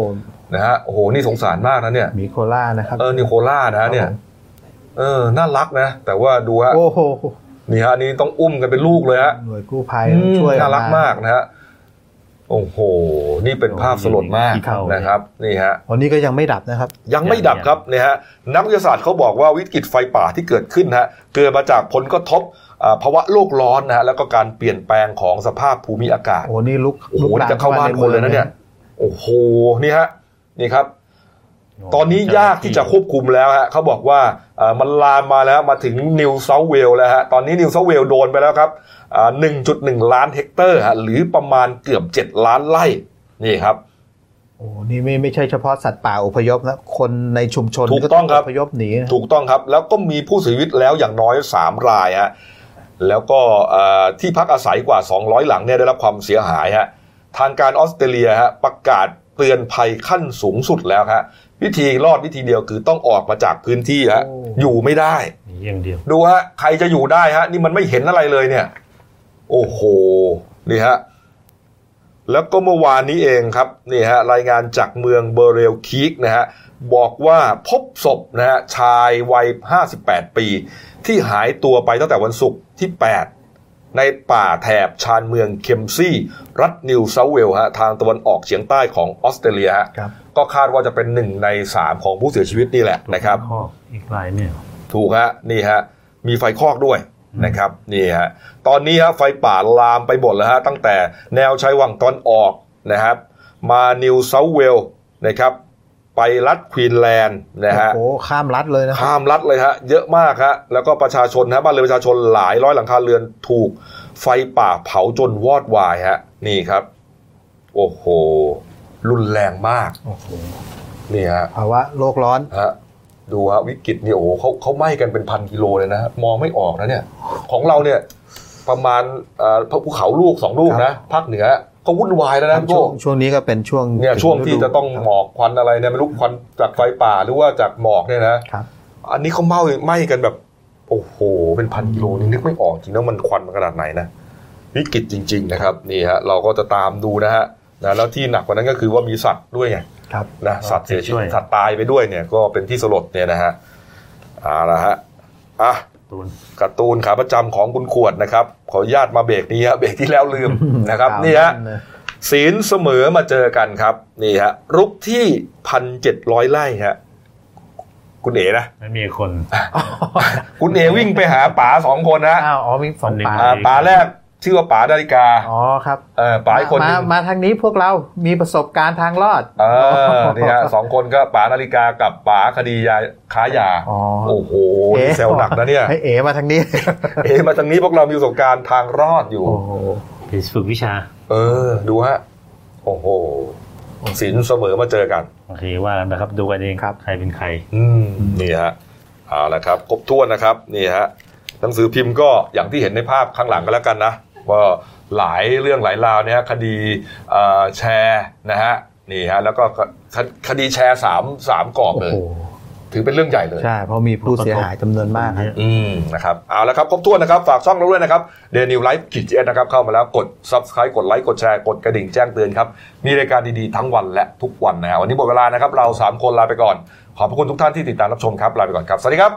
นะฮะโอ้โหนี่สงสารมากนะเนี่ย หมีโคล่านะครับ เออนิโคล่านะฮะเนี่ยเออน่ารักนะ แต่ว่าดูฮะ โอ้โห นี่ฮะอันนี่ต้องอุ้มกันเป็นลูกเลยฮะ หน่วยกู้ภัย อืม ช่วยออ น่ารักมากนะฮะโอ้โห นี่เป็นภาพสลดมาก ขี้เถ้า นะครับนี่ฮะ วันนี้ก็ยังไม่ดับนะครับ ยังไม่ดับ ยัง ครับนะฮะนักวิทยาศาสตร์เขาบอกว่าวิกฤตไฟป่าที่เกิดขึ้นฮะเกิดมาจากผลกระทบอ่าภาวะโลกร้อนนะฮะแล้วก็การเปลี่ยนแปลงของสภาพภูมิอากาศ โอ้นี่ลุก โอ้โห ลุกล นี่ ม จะเข้าบ้านคนเลยนะเนี่ย โอ้โห นี่ฮะ นี่ครับ ตอนนี้ยากที่จะควบคุมแล้วฮะเขาบอกว่าเอ่อมันลามมาแล้วมาถึงนิวเซาเวลแล้วฮะ ตอนนี้นิวเซาเวลโดนไปแล้วครับอ่า1.1 ล้านเฮกเตอร์ฮะ หรือประมาณเกือบ 7 ล้านไร่ นี่ครับ โอ้นี่ไม่ไม่ใช่เฉพาะสัตว์ป่าอพยพนะ คนในชุมชน ถูกต้องครับ อพยพหนีนะ ถูกต้องครับ แล้วก็มีผู้เสียชีวิตแล้วอย่างน้อย 3 รายฮะแล้วก็เอ่อที่พักอาศัยกว่า 200 หลังเนี่ยได้รับความเสียหายฮะทางการออสเตรเลียฮะประกาศเตือนภัยขั้นสูงสุดแล้วฮะวิธีรอดวิธีเดียวคือต้องออกมาจากพื้นที่ฮะอยู่ไม่ได้ หนีอย่างเดียว ดูฮะใครจะอยู่ได้ฮะ นี่มันไม่เห็นอะไรเลยเนี่ย โอ้โหนี่ฮะแล้วก็เมื่อวานนี้เองครับนี่ฮะรายงานจากเมืองเบอร์เรลคีกนะฮะบอกว่าพบศพนะฮะชายวัย 58 ปี ที่หายตัวไปตั้งแต่วันศุกร์ที่ 8 ในป่าแถบชานเมืองเคมซี่ รัฐนิวเซาเวลฮะทางตะวันออกเฉียงใต้ของออสเตรเลียฮะ ครับ ก็คาดว่าจะเป็นหนึ่งในสามของผู้เสียชีวิตนี่แหละนะครับ ข้ออีกลายเนี่ย ถูกฮะนี่ฮะมีไฟคอกด้วย นะครับนี่ฮะตอนนี้ฮะไฟป่าลามไปหมดแล้วฮะตั้งแต่แนวชายวังตอนออกนะครับ มานิวเซาเวลนะครับ ไปรัฐควีนแลนด์นะฮะ โอ้โหข้ามรัฐเลยนะ ข้ามรัดเลยฮะเยอะมากฮะแล้วก็ประชาชนฮะบ้านเรือนประชาชนหลายร้อยหลังคาเรือนถูกไฟป่าเผาจนวอดวายฮะ นี่ครับ โอ้โห รุนแรงมากนี่ฮะ ภาวะโลกร้อน ฮะดูฮะวิกฤตเนี่ยโอ้โหเขาเขาไหม้กันเป็นพันกิโลเลยนะฮะมองไม่ออกนะเนี่ย ของเราเนี่ย ประมาณเอ่อภูเขาลูกสองลูกนะภาคเหนือ ก็วุ่นวายแล้วนะพี่ ช่ว โก้ งช่วงนี้ก็เป็นช่วง เนี่ยช่วงที่จะต้อง ฤดู หมอกควันอะไรเนี่ยไม่รู้ควันจากไฟป่าหรือว่าจากหมอกเนี่ยนะ ครับ อันนี้เขาไหม้ไหม้กันแบบ โอ้โห เป็นพันกิโลนี่นึกไม่ออกจริงนะมันควันมันขนาดไหนนะวิกฤตจริง ๆ นะครับนี่ฮะเราก็จะตามดูนะฮะนะแล้วที่หนักกว่านั้นก็คือว่ามีสัตว์ด้วยไง ครับ นะสัตว์เสียชีวิต ด้วย สัตว์ตายไปด้วยเนี่ยก็เป็นที่สลดเนี่ยนะฮะเอาละฮะอ่ะ ตูน การ์ตูนขาประจำของคุณขวดนะครับ ขออนุญาตมาเบรกนี้ฮะเบรกที่แล้วลืม นะครับ ข่าว นี่ฮะ แเลย ศีลเสมอมาเจอกันครับ นี่ฮะรุกที่พันเจ็ดร้อยไร่ฮะคุณเอ๋นะ ไม่มีคน คุณเอวิ่งไปหาป๋าสองคนนะ อ้าวอ๋อมีสองป่า อ่าป๋าแรกชื่อว่าป๋าดาริกา อ๋อครับ เออป๋าอีกคนห มา นึง มาทางนี้พวกเรามีประสบการณ์ทางรอด เออนี่ฮะสองคนก็ป๋านาฬิกากับป๋าคดียาค้ายา อ๋อ โอ้โหนี่เซลหนักนะเนี่ย ให้เอ๋มาทางนี้ เอมาทางนี้พวกเรามีประสบการณ์ทางรอดอยู่ โอ้โห เดี๋ยวฝึกวิชา เออ ดูฮะ โอ้โหสินเสมอมาเจอกัน โอเคว่ากันไปครับดูกันเองครับใครเป็นใคร อืมนี่ฮะเอาละครับครบถ้วนนะครับนี่ฮะหนังสือพิมพ์ก็อย่างที่เห็นในภาพข้างหลังกันแล้วกันนะว่าหลายเรื่องหลายราวเนี่ยฮะคดีเอ่อแชร์นะฮะนี่ฮะแล้วก็คคดีแชร์สามสามกรอบ โอ้ เลย โห ถือเป็นเรื่องใหญ่เลย ใช่เพราะมีผู้เสียหายจำนวนมากครับ อืมนะครับเอาละครับครบถ้วนนะครับ ฝากช่องเราด้วยนะครับเดนิวไลฟ์กิจเอนะครับ เข้ามาแล้วกด subscribe กดไลค์กดแชร์กดกระดิ่งแจ้งเตือนครับ มีรายการดีๆ ทั้งวันและทุกวันนะฮะวันนี้หมดเวลานะครับ เรา 3 คนลาไปก่อน ขอบพระคุณทุกท่านที่ติดตามรับชมครับ ลาไปก่อนครับ สวัสดีครับ